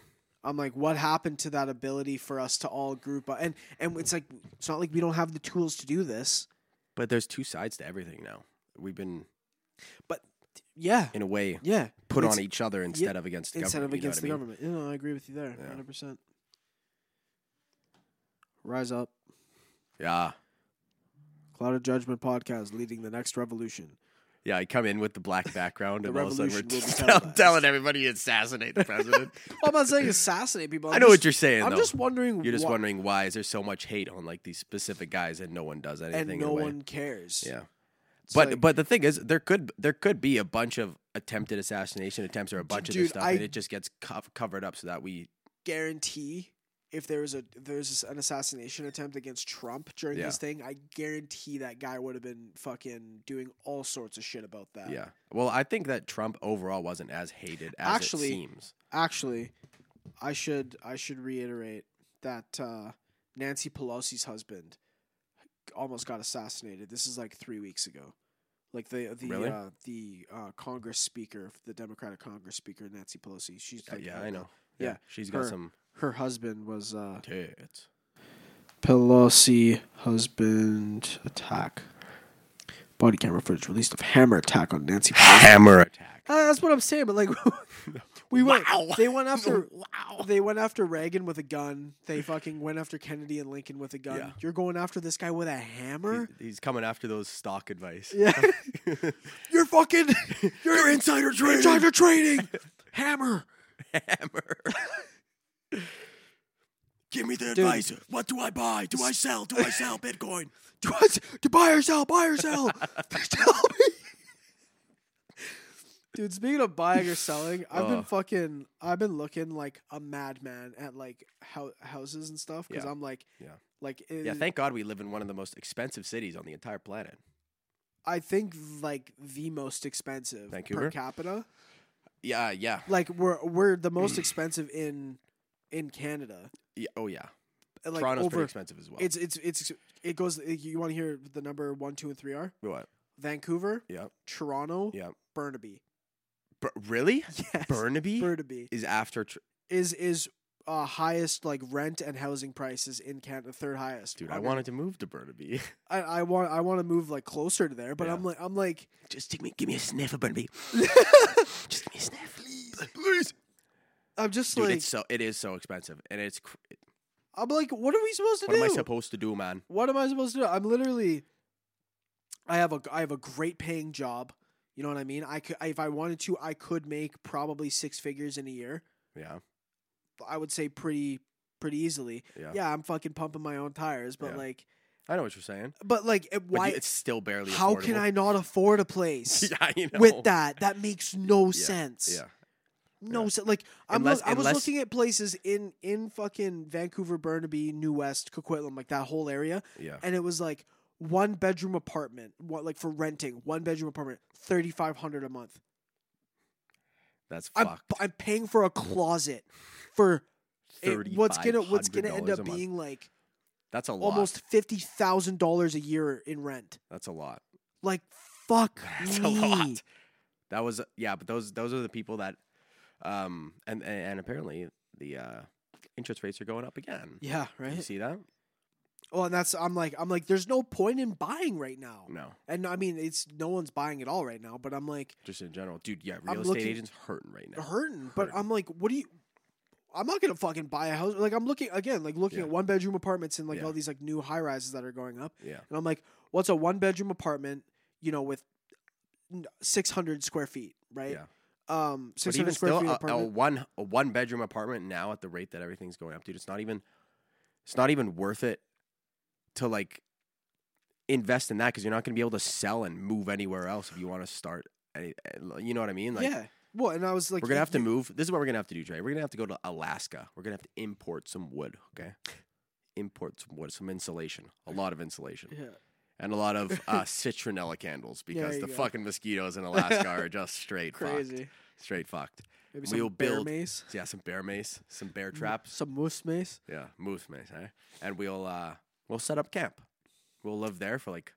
I'm like, what happened to that ability for us to all group up? And and it's like it's not like we don't have the tools to do this,
But there's two sides to everything now. We've been
but yeah,
in a way
yeah,
put
It's-
on each other instead of against the
instead of
government. you know what
against
I
the
mean?
government. No, I agree with you there,
Yeah.
hundred percent. Rise up,
Yeah.
Cloud of Judgment podcast, leading the next revolution.
Yeah, I come in with the black background
The
and all of a sudden we're
revolution will be
tell-
televised.
telling everybody to assassinate the president.
Well, I'm not saying assassinate people. I'm
I know
just,
what you're saying
I'm
though.
just wondering.
you're just
why-
wondering why is there so much hate on like these specific guys and no one does anything
and
in a
no
way.
one cares.
Yeah.
It's
But
like-
but the thing is, there could there could be a bunch of attempted assassination attempts or a bunch of
dude,
this stuff,
I-
and it just gets cov covered up so that we
guarantee if there was a if there was an assassination attempt against Trump during
Yeah.
this thing, I guarantee that guy would have been fucking doing all sorts of shit about that.
yeah. Well, I think that Trump overall wasn't as hated as
Actually-
it seems.
Actually, I should I should reiterate that uh, Nancy Pelosi's husband almost got assassinated. This is like three weeks ago. Like the the
Really?
uh, the uh, Congress speaker, the Democratic Congress speaker Nancy Pelosi. She's
Uh,
like
yeah,
her-
I know.
yeah,
she's got
her-
some
Her husband was uh,
tits.
Pelosi husband attack. Body camera footage released of hammer attack on Nancy Pelosi.
Hammer attack.
Uh, that's what I'm saying, but like we went
Wow.
they went after
wow.
they went after Reagan with a gun. They fucking went after Kennedy and Lincoln with a gun.
Yeah.
You're going after this guy with a hammer?
He's coming after those stock advice.
Yeah. you're fucking
You're insider trading.
insider trading. Hammer.
Hammer. Give me the
Dude.
advice. What do I buy? Do I sell? Do I sell Bitcoin?
Do I, to buy or sell, buy or sell. Tell me. Dude, speaking of buying or selling, I've been
Ugh.
fucking, I've been looking like a madman at like hou- houses and stuff because
Yeah.
I'm like,
Yeah.
like eh,
Yeah,
it-
thank God we live in one of the most expensive cities on the entire planet.
I think like the most expensive per
Vancouver?
capita.
Yeah, yeah.
Like we're we're the most expensive in in Canada. Eh,
yeah oh, yeah.
Like
Toronto's pretty
over,
expensive as well.
it's it's it's it goes. eh, You want to hear the number one, two, and three are
what?
Vancouver,
Yeah,
Toronto,
yeah.
Burnaby.
Bur- really?
Oh. Yes.
Burnaby
Burnaby
is after. Tr-
is is uh, highest like rent and housing prices in Canada, third highest.
Dude, I
I'm-
wanted to move to Burnaby.
I, I want I want to move like closer to there, but
Yeah.
I'm like I'm like
Just take me, give me a sniff of Burnaby. Just give me a sniff, please, please.
I'm just
Dude,
like
it's so it is so expensive, and it's. Cr-
I'm like what are we supposed to
what
do?
am I supposed to do, man?
what am I supposed to do? I'm literally I have a I have a great paying job. You know what I mean? I could I- if I wanted to, I could make probably six figures in a year.
Yeah.
I would say pretty pretty easily.
Yeah.
Yeah, I'm fucking pumping my own tires, but
Yeah.
like,
I know what you're saying.
but like, it-
But
why?
you- it's still barely
how can
affordable.
I not afford a place
yeah, you know.
with that? That makes no sense.
Yeah.
No
yeah.
sense. Like I'm
Unless-
look- I was
unless-
looking at places in in fucking Vancouver, Burnaby, New West, Coquitlam, like that whole area,
Yeah.
and it was like one bedroom apartment, what like for renting, one bedroom apartment, thirty five hundred a month.
That's
I'm,
fucked.
I'm paying for a closet for it, what's gonna what's gonna end
$3,500
up
a month.
being like
That's a lot.
almost fifty thousand dollars a year in rent.
That's a lot.
Like fuck
That's
me.
a lot. That was yeah, but those those are the people that um and and, and apparently the uh interest rates are going up again.
Yeah,
You
right.
see that?
Well, and that's I'm like I'm like there's no point in buying right now.
No.
And I mean, it's no one's buying it all right now, but I'm like
Just in general. Dude, yeah, real estate
looking-
agents hurting right now.
hurting. But
Hurting.
I'm like, what do you? I'm not gonna fucking buy a house. Like I'm looking again, like looking
Yeah.
at one bedroom apartments and like
Yeah.
all these like new high rises that are going up,
Yeah.
and I'm like, what's a one bedroom apartment? You know, with 600 square feet, right?
Yeah.
Um,
But
600
even
square
still uh,
feet
a, a
apartment.
one a one bedroom apartment now at the rate that everything's going up, dude, it's not even it's not even worth it to like invest in that cuz you're not going to be able to sell and move anywhere else if you want to start any, eh, you know what I mean? Like
yeah. Well, and I was like,
we're gonna
you-
have to
you-
move. This is what we're gonna have to do, Trey. We're gonna have to go to Alaska. We're gonna have to import some wood. Okay, import some wood, some insulation, a lot of insulation,
Yeah.
and a lot of uh, citronella candles because
you
the
go.
fucking mosquitoes in Alaska are just straight
Crazy.
fucked. Straight fucked.
Maybe
We'll
some bear
build
mace,
Yeah, some bear mace, some bear
m-
traps.
some moose mace.
Mm. Yeah, moose mace. Eh? And we'll uh, we'll set up camp. We'll live there for like.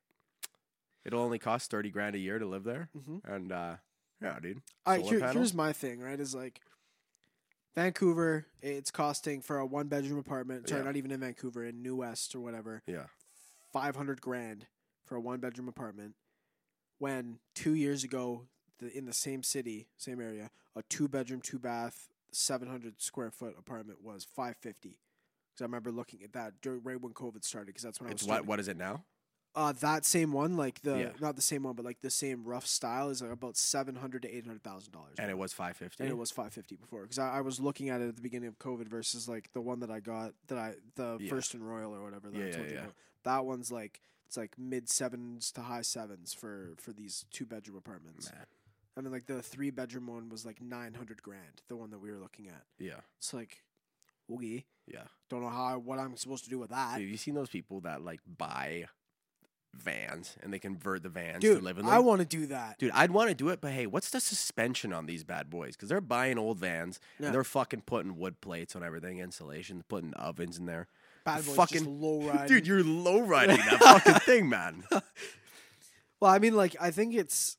It'll only cost thirty grand a year to live there,
Mhm.
and uh, yeah, dude.
I,
Solar
here,
panel?
here's my thing, right? Is like Vancouver, it's costing for a one bedroom apartment. Sorry,
Yeah.
not even in Vancouver, in New West or whatever,
Yeah,
five hundred grand for a one bedroom apartment. When two years ago, the, in the same city, same area, a two bedroom, two bath, seven hundred square foot apartment was five fifty. Because I remember looking at that during, right when COVID started. Because that's when I
it's
was
what?
starting-
What is it now?
uh, that same one, like the
Yeah.
not the same one, but like the same rough style is like about seven hundred to eight hundred thousand dollars.
And it was five fifty.
and it was 550 before because I, I was looking at it at the beginning of covid versus like the one that i got that i the
Yeah.
first and royal or whatever that
Yeah,
i
yeah,
told you
yeah.
about that one's like it's like mid sevens to high sevens for for these two bedroom apartments
Man.
i mean like the three bedroom one was like 900 grand the one that we were looking at
Yeah,
it's like woogie
yeah.
don't know how I, what i'm supposed to do with that
Dude, you seen those people that like buy vans and they convert the vans
dude,
to live in them?
i want to do that
Dude, I'd want to do it, but hey, what's the suspension on these bad boys? Because they're buying old vans
Yeah.
and they're fucking putting wood plates on everything, insulation, putting ovens in there.
bad boys just
fucking-
low ride
Dude, you're low riding that fucking thing, man.
Well, I mean, like I think it's.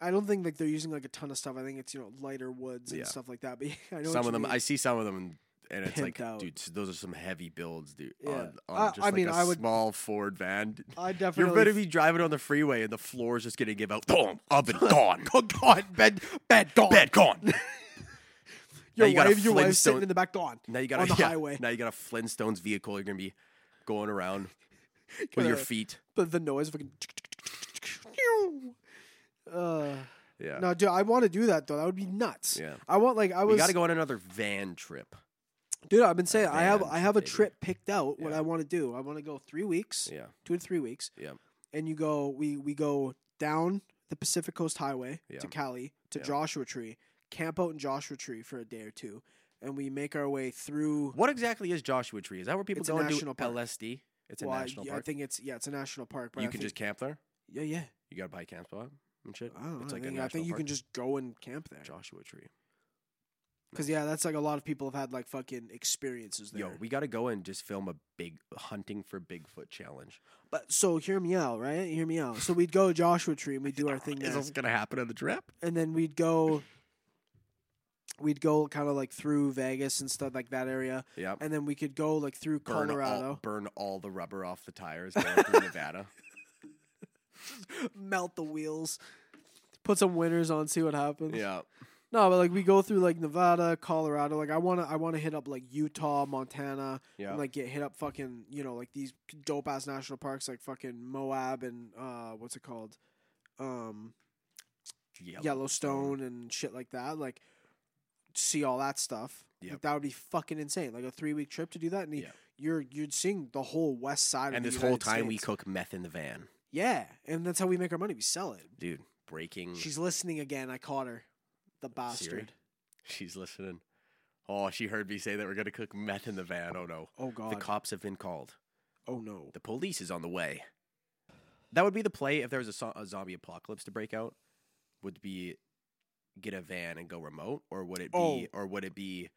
I don't think like they're using like a ton of stuff. I think it's you know lighter woods and
Yeah.
stuff like that. But I know what
Some
you
of them,
mean.
I see some of them, and- and it's
Pimped
like,
out.
dude, s- those are some heavy builds, dude.
Yeah.
On, on
I-
just
I
like
mean,
a
I would-
small Ford van.
I
You're
definitely.
going to be driving on the freeway and the floor's just going to give out. Boom, oven gone. gone. Bed, bed gone. Bed gone.
your
you got a
wife, your wife's
Flintstone-
sitting in the back gone.
Now you got
on the
a, yeah,
highway.
Now you got a Flintstones vehicle. You're gonna be going around with your
Gotta-
feet.
But the noise fucking. Uh,
Yeah.
no, dude, I want to do that though. That would be nuts.
Yeah.
I want like I
we
was,
gotta go on another van trip.
dude. I've been saying I have
van
I have a
trip, baby.
trip picked out. What
Yeah.
I want to do, I want to go three weeks,
Yeah.
two to three weeks.
Yeah.
And you go, we we go down the Pacific Coast Highway
Yeah.
to Cali to
Yeah.
Joshua Tree, camp out in Joshua Tree for a day or two, and we make our way through.
What exactly is Joshua Tree? Is that where people
It's a
go and do
national park.
LSD? It's a
Well, I-
national
yeah, I,
park.
think it's yeah, it's a national park. But
you
I
can
think-
just camp there.
yeah, yeah.
You gotta buy a camp spot and shit.
I don't know.
It's like
I
a
think, I
national
think you
park.
can just go and camp there.
Joshua Tree.
Because yeah, that's like a lot of people have had like fucking experiences there.
Yo, we gotta go and just film a big hunting for Bigfoot challenge.
but so hear me out, right? Hear me out. So we'd go to Joshua Tree and we'd do our thing
Is
there,
this gonna happen on the trip?
and then we'd go. We'd go kind of like through Vegas and stuff like that area,
Yeah.
and then we could go like through
Burn all,
Colorado,
burn all the rubber off the tires down through Nevada.
melt the wheels, put some winners on, see what happens.
Yeah.
No, but like we go through like Nevada, Colorado. Like I wanna, I wanna hit up like Utah, Montana,
Yeah.
and like get hit up fucking you know like these dope ass national parks like fucking Moab and uh what's it called, um
Yellow.
Yellowstone and shit like that. Like see all that stuff.
Yep.
Like, that would be fucking insane. Like a three week trip to do that, and y-
Yeah.
you're you're seeing the whole west side. of
And
the
this whole
United
time we
States.
cook meth in the van,
yeah, and that's how we make our money. We sell it.
dude. Breaking.
She's listening again. I caught her, the bastard.
Mm. Siri? She's listening. Oh, she heard me say that we're gonna cook meth in the van. Oh no.
Oh
The
god.
cops have been called.
oh no.
The police is on the way. That would be the play if there was a, so- a zombie apocalypse to break out. Would be get a van and go remote, or would it be,
Oh.
or would it be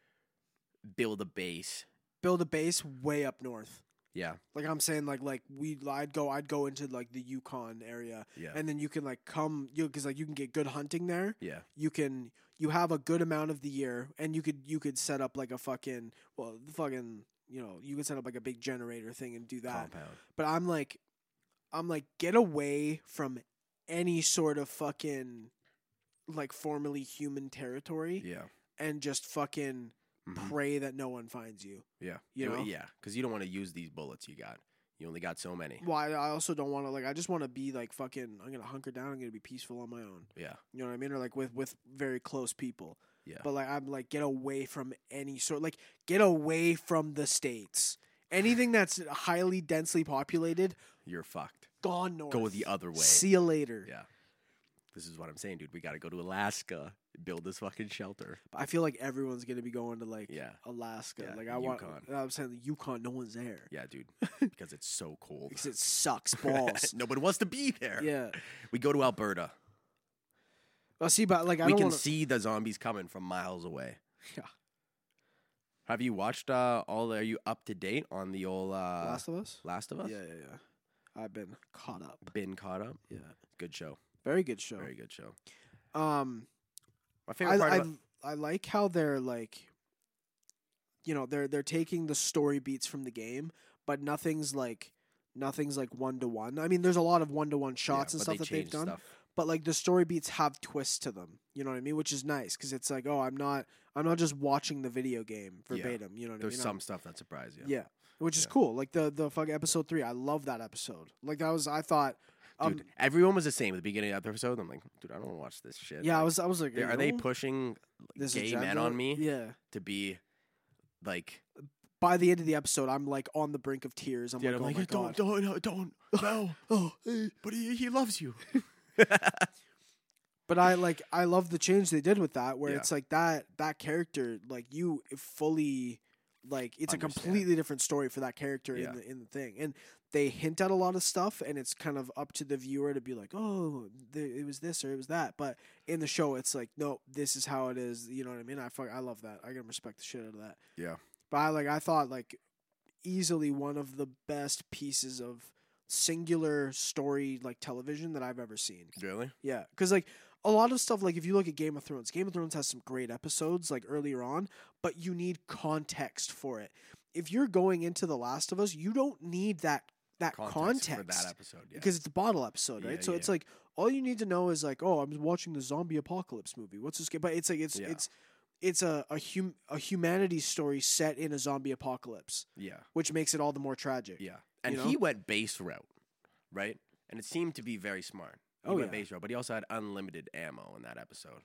build a base?
Build a base way up north.
Yeah,
Like I'm saying, like like we, I'd go, I'd go into like the Yukon area,
yeah,
and then you can like come, you because like you can get good hunting there.
yeah.
you can you have a good amount of the year and you could you could set up like a fucking well the fucking you know you could set up like a big generator thing and do that
Compound.
but i'm like i'm like get away from any sort of fucking like formerly human territory
Yeah,
and just fucking
mhm,
pray that no one finds you
yeah,
you
You-
know?
yeah. Because you don't want to use these bullets you got. You only got so many.
well i, I also don't want to like i just want to be like fucking i'm gonna hunker down i'm gonna be peaceful on my own
Yeah,
You know what I mean? Or like with with very close people.
Yeah.
But like I'm like get away from any sort like get away from the states. Anything that's highly densely populated,
you're fucked.
gone north.
Go the other way.
See you later.
Yeah. This is what I'm saying, dude. We got to go to Alaska, build this fucking shelter.
But I feel like everyone's gonna be going to like
Yeah.
Alaska.
Yeah,
like I want.
Yukon.
I'm saying the Yukon. No one's there
Yeah, dude. Because it's so cold.
because it sucks balls.
Nobody wants to be there.
yeah.
We go to Alberta.
Well, see, but like I
we
don't
can
want
see the zombies coming from miles away.
Yeah.
Have you watched uh, all? Are you up to date on the old uh,
Last
Last,
of Us.
of Us?
Yeah, yeah, yeah. I've been caught up.
Been caught up.
Yeah.
Good show.
Very good show.
Very good show.
Um.
My favorite part.
I,
about-
I, I like how they're like, you know, they're they're taking the story beats from the game, but nothing's like nothing's like one to one. I mean, there's a lot of one to one
yeah,
shots
but
and stuff
they
that they've
changed
done,
Stuff.
but like the story beats have twists to them. You know what I mean? Which is nice because it's like, oh, I'm not I'm not just watching the video game
Yeah.
verbatim. You know what
There's
I mean? I'm-
some stuff that surprised you.
yeah. Which is
Yeah.
cool. Like the the fuck episode three, I love that episode. Like that was I thought, um,
Dude, everyone was the same at the beginning of the episode. I'm like, dude, I don't want to watch this shit.
yeah, I
Like,
was I was like,
they- are they
"Yo,
pushing
this
gay
agenda?"
men on me
Yeah.
to be like?
by the end of the episode, I'm like on the brink of tears. I'm
Yeah,
like,
I'm
oh
like,
my god.
don't, don't, no, don't, no.
Oh, eh.
But he, he loves you.
But I like I love the change they did with that, where
Yeah.
it's like that that character, like you fully, like it's
Understand.
a completely different story for that character
Yeah.
in the in the thing, and they hint at a lot of stuff, and it's kind of up to the viewer to be like, oh, th- it was this or it was that. But in the show, it's like, no, this is how it is. You know what I mean? I fuck, I love that. I can respect the shit out of that.
Yeah.
But I like I thought like easily one of the best pieces of singular story like television that I've ever seen.
Really?
Yeah, because like a lot of stuff, like if you look at Game of Thrones, Game of Thrones has some great episodes like earlier on, but you need context for it. If you're going into The Last of Us, you don't need that that context,
for that episode. Yeah.
because it's a bottle episode,
Yeah,
right? So
yeah,
it's
yeah.
like all you need to know is like, oh, I'm watching the zombie apocalypse movie. What's this? Game? But it's like it's
Yeah.
it's it's a a, hum- a humanity story set in a zombie apocalypse,
yeah,
which makes it all the more tragic.
yeah. And
You
he
know?
went base route, right? And it seemed to be very smart. He
Oh,
went
yeah.
base route, but he also had unlimited ammo in that episode.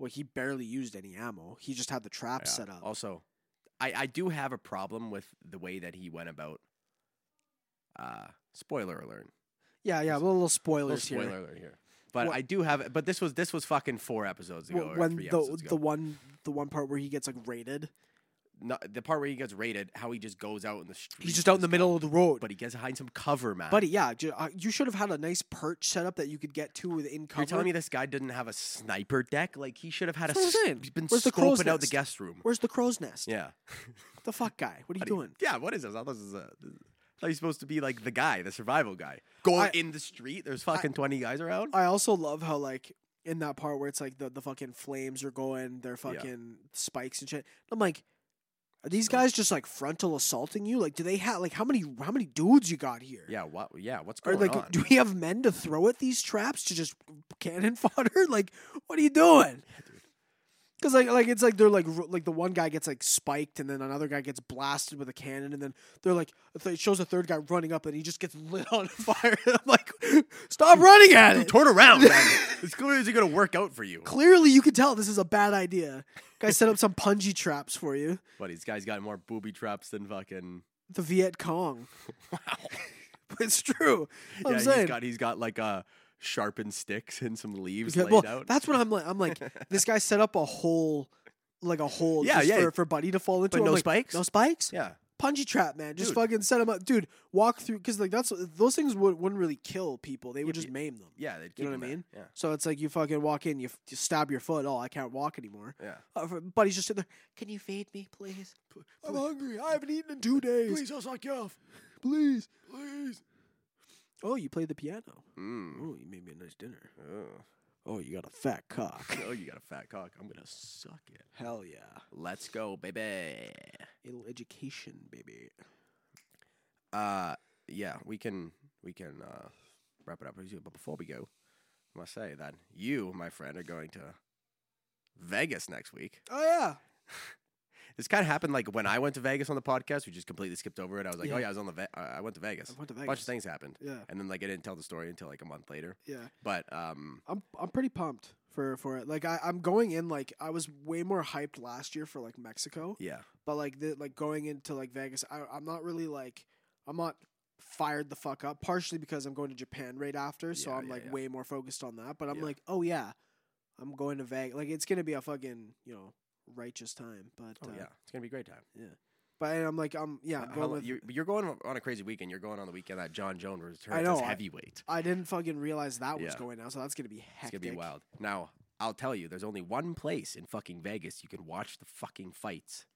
Well, he barely used any ammo. He just had the trap
Yeah. Oh,
set up.
Also, I, I do have a problem with the way that he went about. Uh, spoiler alert.
yeah, yeah. Well, little
Little
spoilers
spoiler
here.
alert here. But
What-
I do have. But this was this was fucking four episodes ago.
Well,
or
when
oh, three
the
episodes ago.
the one the one part where he gets like raided,
No, the part where he gets raided, how he just goes out in the street.
he's just out in the middle of the road.
But he gets behind some cover, man.
Buddy, yeah, ju- uh, you should have had a nice perch set up that you could get to within cover.
You're telling me this guy didn't have a sniper deck? Like he should have had
That's what I'm
a.
saying.
He's been
Where's the crow's
scoping out the
nest?
guest room.
Where's the crow's nest?
Yeah.
The fuck guy, what are you
How do you-
doing?
Yeah. What is this? I thought this was a. I thought you're supposed to be like the guy, the survival guy. Go
I-
in the street. There's fucking twenty guys around.
I also love how like in that part where it's like the the fucking flames are going, their fucking spikes and shit. I'm like, are these guys just like frontal assaulting you? Like, do they have like how many how many dudes you got here?
yeah. What? Yeah. What's
Or
going
like,
on?
do we have men to throw at these traps to just cannon fodder? Like, what are you doing? Because like, like it's like they're like ro- like the one guy gets like spiked and then another guy gets blasted with a cannon and then they're like it shows a third guy running up and he just gets lit on fire. I'm like, Stop running at it.
Turn around. man. It's clearly going to work out for you.
Clearly, you can tell this is a bad idea. Guys set up some punji traps for you.
But these guys got more booby traps than fucking.
The Viet Cong.
Wow.
But it's true. What
yeah,
I'm
he's
saying.
got he's got like uh sharpened sticks and some leaves
Yeah,
laid
well,
out.
that's what I'm like. I'm like, this guy set up a whole, like a hole,
Yeah,
just
yeah.
For, for Buddy to fall into.
But
I'm
no
like,
spikes?
No spikes.
yeah.
Punji trap, man. Just
Dude.
fucking set him up, dude. Walk through because like that's those things would, wouldn't really kill people. They would just maim them.
Yeah, they'd
You
keep
know what
him
I
there.
mean? So it's like you fucking walk in, you, f- you stab your foot. Oh, I can't walk anymore.
Yeah. Yeah.
Uh, for- buddy's just sitting there. Can you feed me, please? I'm hungry. I haven't eaten in two days.
I'll suck you off.
please.
Please.
Oh, you play the piano.
Mm.
Oh, you made me a nice dinner.
Oh.
Oh, you got a fat cock.
oh, you got a fat cock. I'm gonna suck it.
Hell yeah.
Let's go, baby.
It'll education, baby.
Uh, yeah, we can we can uh, wrap it up. But before we go, I must say that you, my friend, are going to Vegas next week.
Oh yeah.
This kind of happened like when I went to Vegas on the podcast. We just completely skipped over it. I was like,
Yeah.
oh yeah, I was on the Ve- I I went to Vegas.
I went to
A bunch of
Vegas.
things happened,
Yeah,
and then like I didn't tell the story until like a month later.
yeah.
But um,
I'm I'm pretty pumped for for it. Like I I'm going in like I was way more hyped last year for like Mexico,
yeah,
but like the, like going into like Vegas, I I'm not really like I'm not fired the fuck up. Partially because I'm going to Japan right after, so
Yeah,
I'm
yeah,
like
yeah.
way more focused on that. But I'm
Yeah.
like, oh yeah, I'm going to Vegas. Like it's gonna be a fucking you know righteous time. But
oh
uh,
yeah, it's gonna be a great time.
But and I'm like I'm yeah. I'm
How- how
going
lo-
with,
you're, you're going on a crazy weekend. You're going on the weekend that John Jones returns
know,
as
I-
heavyweight.
I didn't fucking realize that was
Yeah.
going now, so that's gonna be
It's
hectic.
gonna be wild. Now I'll tell you, there's only one place in fucking Vegas you can watch the fucking fights.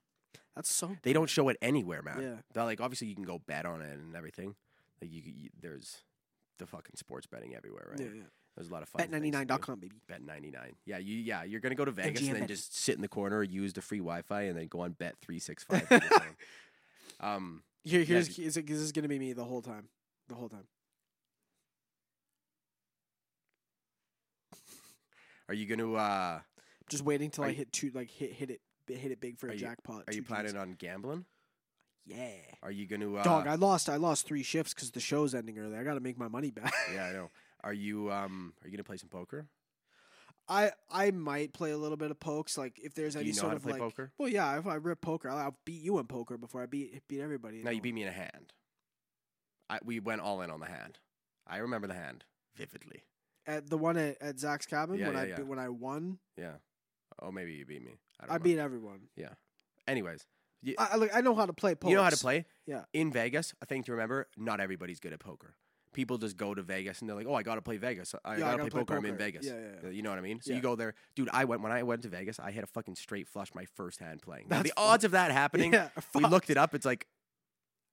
That's so
They don't show it anywhere, man.
yeah.
They're like obviously you can go bet on it and everything. Like you, you there's the fucking sports betting everywhere, right?
yeah yeah.
There's a lot of fun. things to do.
Bet99.com, baby.
Bet ninety nine. Yeah, you yeah, you're gonna go to Vegas and
GM
then
bet.
just sit in the corner, use the free Wi Fi and then go on bet three six five. Um
Here, here's
dude.
is it, this is gonna be me the whole time, the whole time.
are you gonna uh
Just waiting till
Are
I
you-
hit two, like hit hit it, bi- hit it big for
Are
a
you-
jackpot.
are you
two
planning
Gs.
on gambling?
Yeah.
Are you gonna uh
Dog, I lost. I lost three shifts because the show's ending early. I got to make my money back.
Yeah, I know. Are you um are you gonna play some poker?
I I might play a little bit of pokes. Like if there's
Do
any
you know
sort
how to
of
play
like,
poker?
well, yeah. If I rip poker, I'll, I'll beat you in poker before I beat beat everybody.
No, you
know.
beat me in a hand. I we went all in on the hand. I remember the hand vividly.
at the one at, at Zach's cabin
Yeah,
when
yeah,
I
yeah.
bi- when I won.
Yeah. Oh, maybe you beat me. I,
I,
don't know.
beat everyone.
Anyways, you,
I I, like, I know how to play pokes.
you know how to play.
Yeah.
In Vegas, a thing to remember: not everybody's good at poker. People just go to Vegas and they're like, "Oh, I gotta play Vegas. I,
Yeah,
gotta, play, poker. I'm in Vegas."
Yeah, yeah, yeah.
Uh, You know what I mean? So
Yeah.
you go there, dude. I went when I went to Vegas. I had a fucking straight flush my first hand playing. Now,
That's
the
fun.
odds of that happening,
Yeah,
we
fuck.
looked it up. It's like,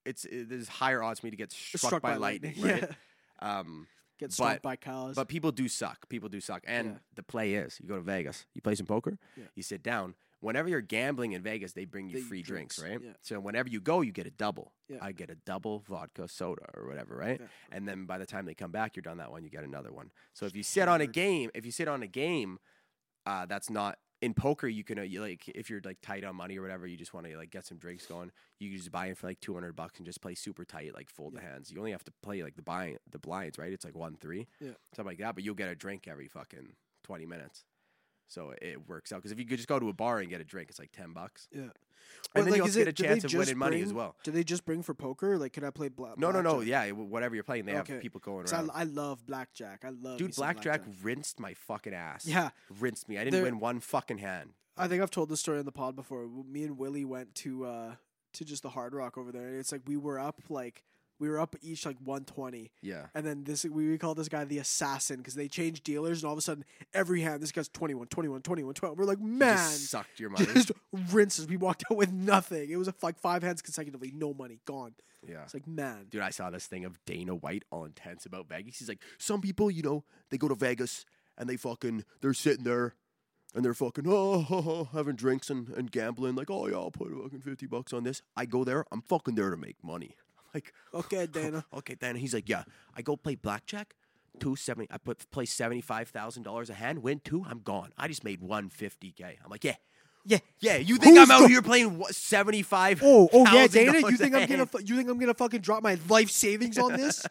it's uh there's higher odds for me to get struck, by, lightning. right?
Yeah.
Um,
Get
But-
struck by cows.
But people do suck. People do suck. And
Yeah.
the play is you go to Vegas, you play some poker,
Yeah.
you sit down. Whenever you're gambling in Vegas, they bring you
They-
free drinks,
drinks,
right?
yeah.
So whenever you go, you get a double.
Yeah.
I get a double vodka soda or whatever, right?
Yeah.
And then by the time they come back, you're done that one, you get another one. So if you sit on a
hammered.
game, if you sit on a game, uh, that's not in poker. You can uh, you, like if you're like tight on money or whatever, you just want to like get some drinks going. You can just buy in for like two hundred bucks and just play super tight, like fold the hands. You only have to play like the buy the blinds, right? It's like one three,
Yeah.
something like that. But you'll get a drink every fucking twenty minutes. So it works out because if you could just go to a bar and get a drink, it's like ten bucks,
Yeah. Well,
and then
like,
you
is
also
it-
get a
do they
chance of
just
winning money as
bring-
well.
Do they just bring for poker? Like, could I play bla-
No, no, no.
blackjack?
Yeah, w- whatever you're playing, they
Okay.
have people going
'Cause
around.
I, I love blackjack. I love me
Dude,
some
blackjack, rinsed my fucking ass.
Yeah,
rinsed me. I didn't
There-
win one fucking hand.
I think I've told this story on the pod before. W- Me and Willie went to uh to just the Hard Rock over there, and it's like we were up like we were up each like one twenty,
Yeah.
and then this we, we call this guy the assassin because they changed dealers, and all of a sudden every hand this guy's 21, 21, 21, 12. We're like,
You
man,
just sucked your money.
just rinses. We walked out with nothing. It was like five hands consecutively, no money, gone.
yeah.
It's like man,
Dude, I saw this thing of Dana White all intense about Vegas. He's like, some people, you know, they go to Vegas and they fucking, they're sitting there and they're fucking, oh, ho, ho, having drinks and, and gambling. Like, oh, yeah, I'll put fucking 50 bucks on this. I go there, I'm fucking there to make money. I'm like,
okay, Dana.
okay, Dana. He's like, yeah, I go play blackjack. 270 I put play $75,000 a hand, win two, I'm gone. I just made 150k. I'm like, yeah. yeah, yeah. You think
Who's
I'm out
the-
here playing what, 75?
Oh, oh yeah,
$1,000
Dana. You think
a
I'm gonna
hand
fu- you think I'm gonna fucking drop my life savings on this?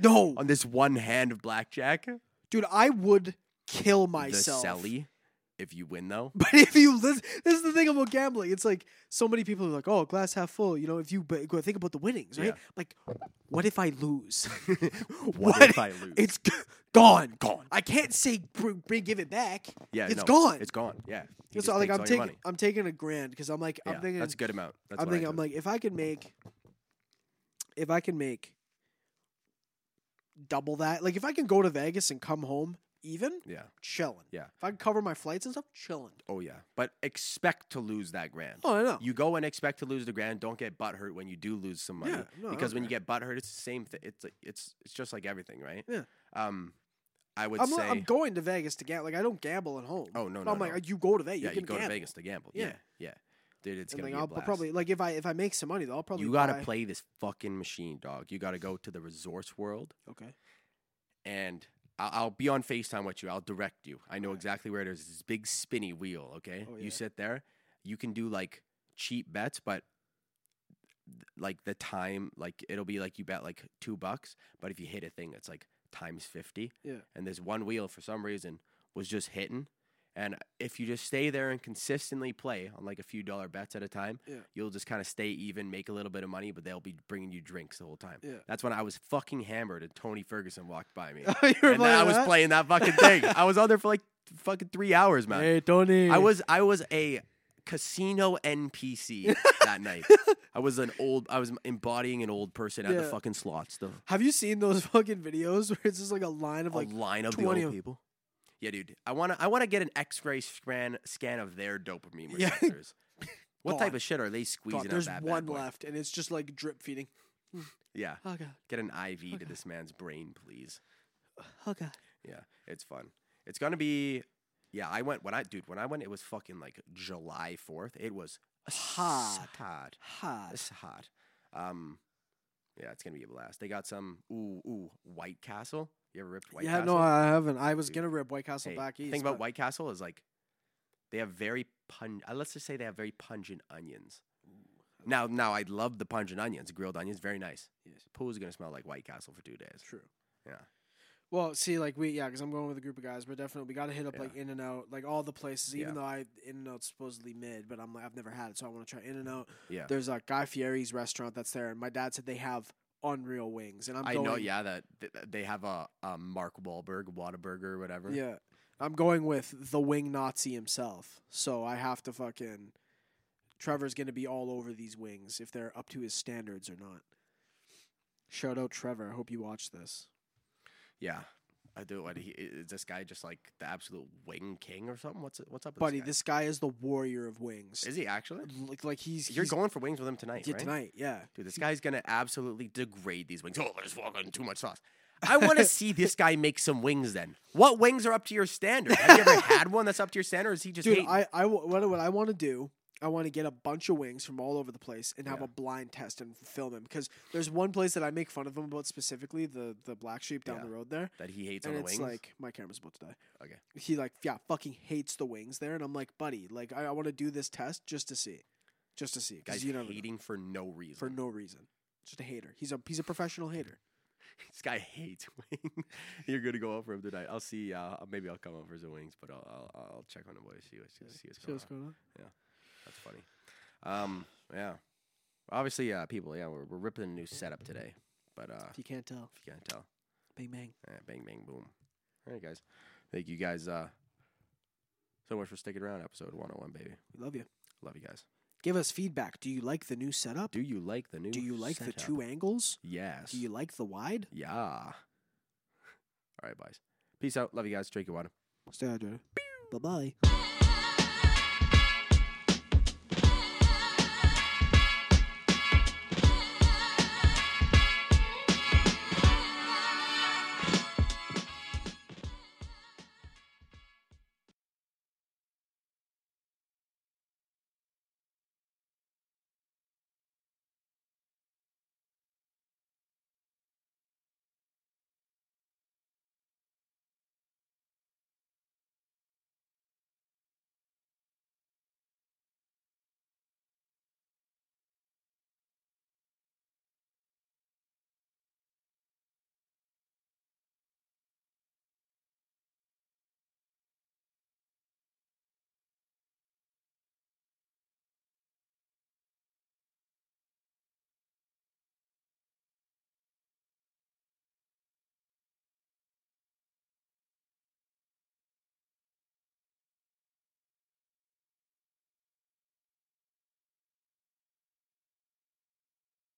no,
on this one hand of blackjack?
dude, I would kill
The
myself.
Selly, if you win though.
But if you this, this is the thing about gambling. It's like so many people are like, "Oh, glass half full." You know, if you but go think about the winnings, right?
Yeah.
Like, what if I lose?
what, if I lose?
It's g- gone,
Gone.
I can't say br- br- give it back.
yeah,
it's
no,
gone.
It's gone. Yeah. He
It's
just
like I'm
takes all your
taking
money.
I'm taking a grand because I'm like
Yeah,
I'm thinking
that's a good amount. That's
I'm
what I
thinking I'm
do.
like if I could make if I can make double that, like if I can go to Vegas and come home even,
yeah.
chilling.
Yeah.
If I can cover my flights and stuff, chilling.
Oh yeah. But expect to lose that grand.
Oh, I know.
You go and expect to lose the grand. Don't get butthurt when you do lose some money.
Yeah, no, I
because when you
agree.
get butthurt, it's the same thing. It's like, it's it's just like everything, right?
Yeah.
Um, I would
I'm,
say.
I'm going to Vegas to gamble. Like I don't gamble at home.
Oh, no,
But I'm
no,
like
no.
you go to Vegas.
yeah,
you
you,
can
go
gamble.
to Vegas to gamble.
Yeah.
Yeah, yeah. Dude, it's
And
gonna
like
be
I'll
a blast.
probably like if I if I make some money though, I'll probably
you gotta
buy-
play this fucking machine, dog. You gotta go to the resource world,
Okay.
and I'll, I'll be on Facetime with you. I'll direct you. I know exactly where it is. It's This big spinny wheel. Okay,
Oh, yeah.
you sit there. You can do like cheap bets, but th- like the time, like it'll be like you bet like two bucks, but if you hit a thing, it's like times fifty.
Yeah.
And this one wheel, for some reason, was just hitting. And if you just stay there and consistently play on like a few dollar bets at a time,
Yeah.
you'll just kind of stay even, make a little bit of money, but they'll be bringing you drinks the whole time.
Yeah.
That's when I was fucking hammered and Tony Ferguson walked by me.
you were
and
playing
I was
that?
playing that fucking thing. I was on there for like fucking three hours, man.
Hey Tony.
I was I was a casino NPC that night. I was an old I was embodying an old person at the
Yeah.
fucking slots though.
Have you seen those fucking videos where it's just like a line of like
a line of the
20
old
of-
people. Yeah, dude. I wanna I wanna get an X-ray scan scan of their dopamine
Yeah.
receptors. what type
God.
of shit are they
God,
squeezing out
there's
that bad
one
boy?
left and it's just like drip feeding.
Yeah.
Oh god.
Get an IV
Okay.
to this man's brain, please.
Oh god.
Yeah, it's fun. It's gonna be. Yeah, I went when I dude when I went. It was fucking like July fourth. It was
Hot.
s- hot.
Hot.
It's hot. Um, yeah, it's gonna be a blast. They got some ooh ooh White Castle. You ever ripped White
yeah,
Castle?
no, I haven't. I was
Dude.
gonna rip White Castle
Hey,
back
the
east.
thing about
but-
White Castle is like they have very pun. Uh, let's just say they have very pungent onions. Now, now I love the pungent onions, grilled onions, very nice.
Yes.
Poo's gonna smell like White Castle for two days.
True.
Yeah.
Well, see, like we, yeah, because I'm going with a group of guys, but definitely we got to hit up
Yeah.
like In and Out, like all the places. Even
Yeah.
though I In and Out's supposedly mid, but I'm like I've never had it, so I want to try In and Out.
Yeah,
There's a Guy Fieri's restaurant that's there, and my dad said they have unreal wings, and I'm
i
going,
know. Yeah, that th- they have a, a Mark Wahlberg, Whataburger, whatever.
yeah, I'm going with the wing Nazi himself, so I have to fucking. Trevor's gonna be all over these wings if they're up to his standards or not. Shout out Trevor. I hope you watch this.
Yeah. I do. What he, is this guy just like the absolute wing king or something? What's what's up, with
Buddy,
This
this guy is the warrior of wings.
guy? is he actually?
like, like he's
You're
he's-
going for wings with him tonight,
yeah,
right?
tonight, yeah.
Dude, this guy's gonna absolutely degrade these wings. Oh, there's fucking too much sauce. I want to see this guy make some wings. Then, what wings are up to your standard? Have you ever had one that's up to your standard? Or is he just
Dude,
hating?
I, I w- what, what I want to do, I want to get a bunch of wings from all over the place and have
Yeah.
a blind test and film him because there's one place that I make fun of him about specifically the the black sheep down
Yeah.
the road there,
that he hates
and
on the
it's
wings?
like my camera's about to die.
Okay.
he like yeah fucking hates the wings there, and I'm like buddy, like I, I want to do this test just to see, just to see
Guy's
because you know
hating for no reason.
for no reason, just a hater. He's a he's a professional hater.
This guy hates wings. You're gonna go out for him tonight. I'll see. Uh, maybe I'll come out for some wings, but I'll I'll, I'll check on the boys. See what's see what's going on.
on?
That's funny. Um, yeah. Obviously, uh, people, yeah, we're, we're ripping a new setup today, but uh,
If you can't tell,
if you can't tell,
bang bang.
eh, bang, bang, boom. All right, guys. Thank you guys uh, so much for sticking around. Episode 101, baby.
We love you.
Love you guys.
Give us feedback. Do you like the new setup?
Do you like the new
do you like
setup?
the two angles?
Yes.
Do you like the wide?
yeah. All right, boys. Peace out. Love you guys. Drink your water.
Stay hydrated. Bye bye.
Bye.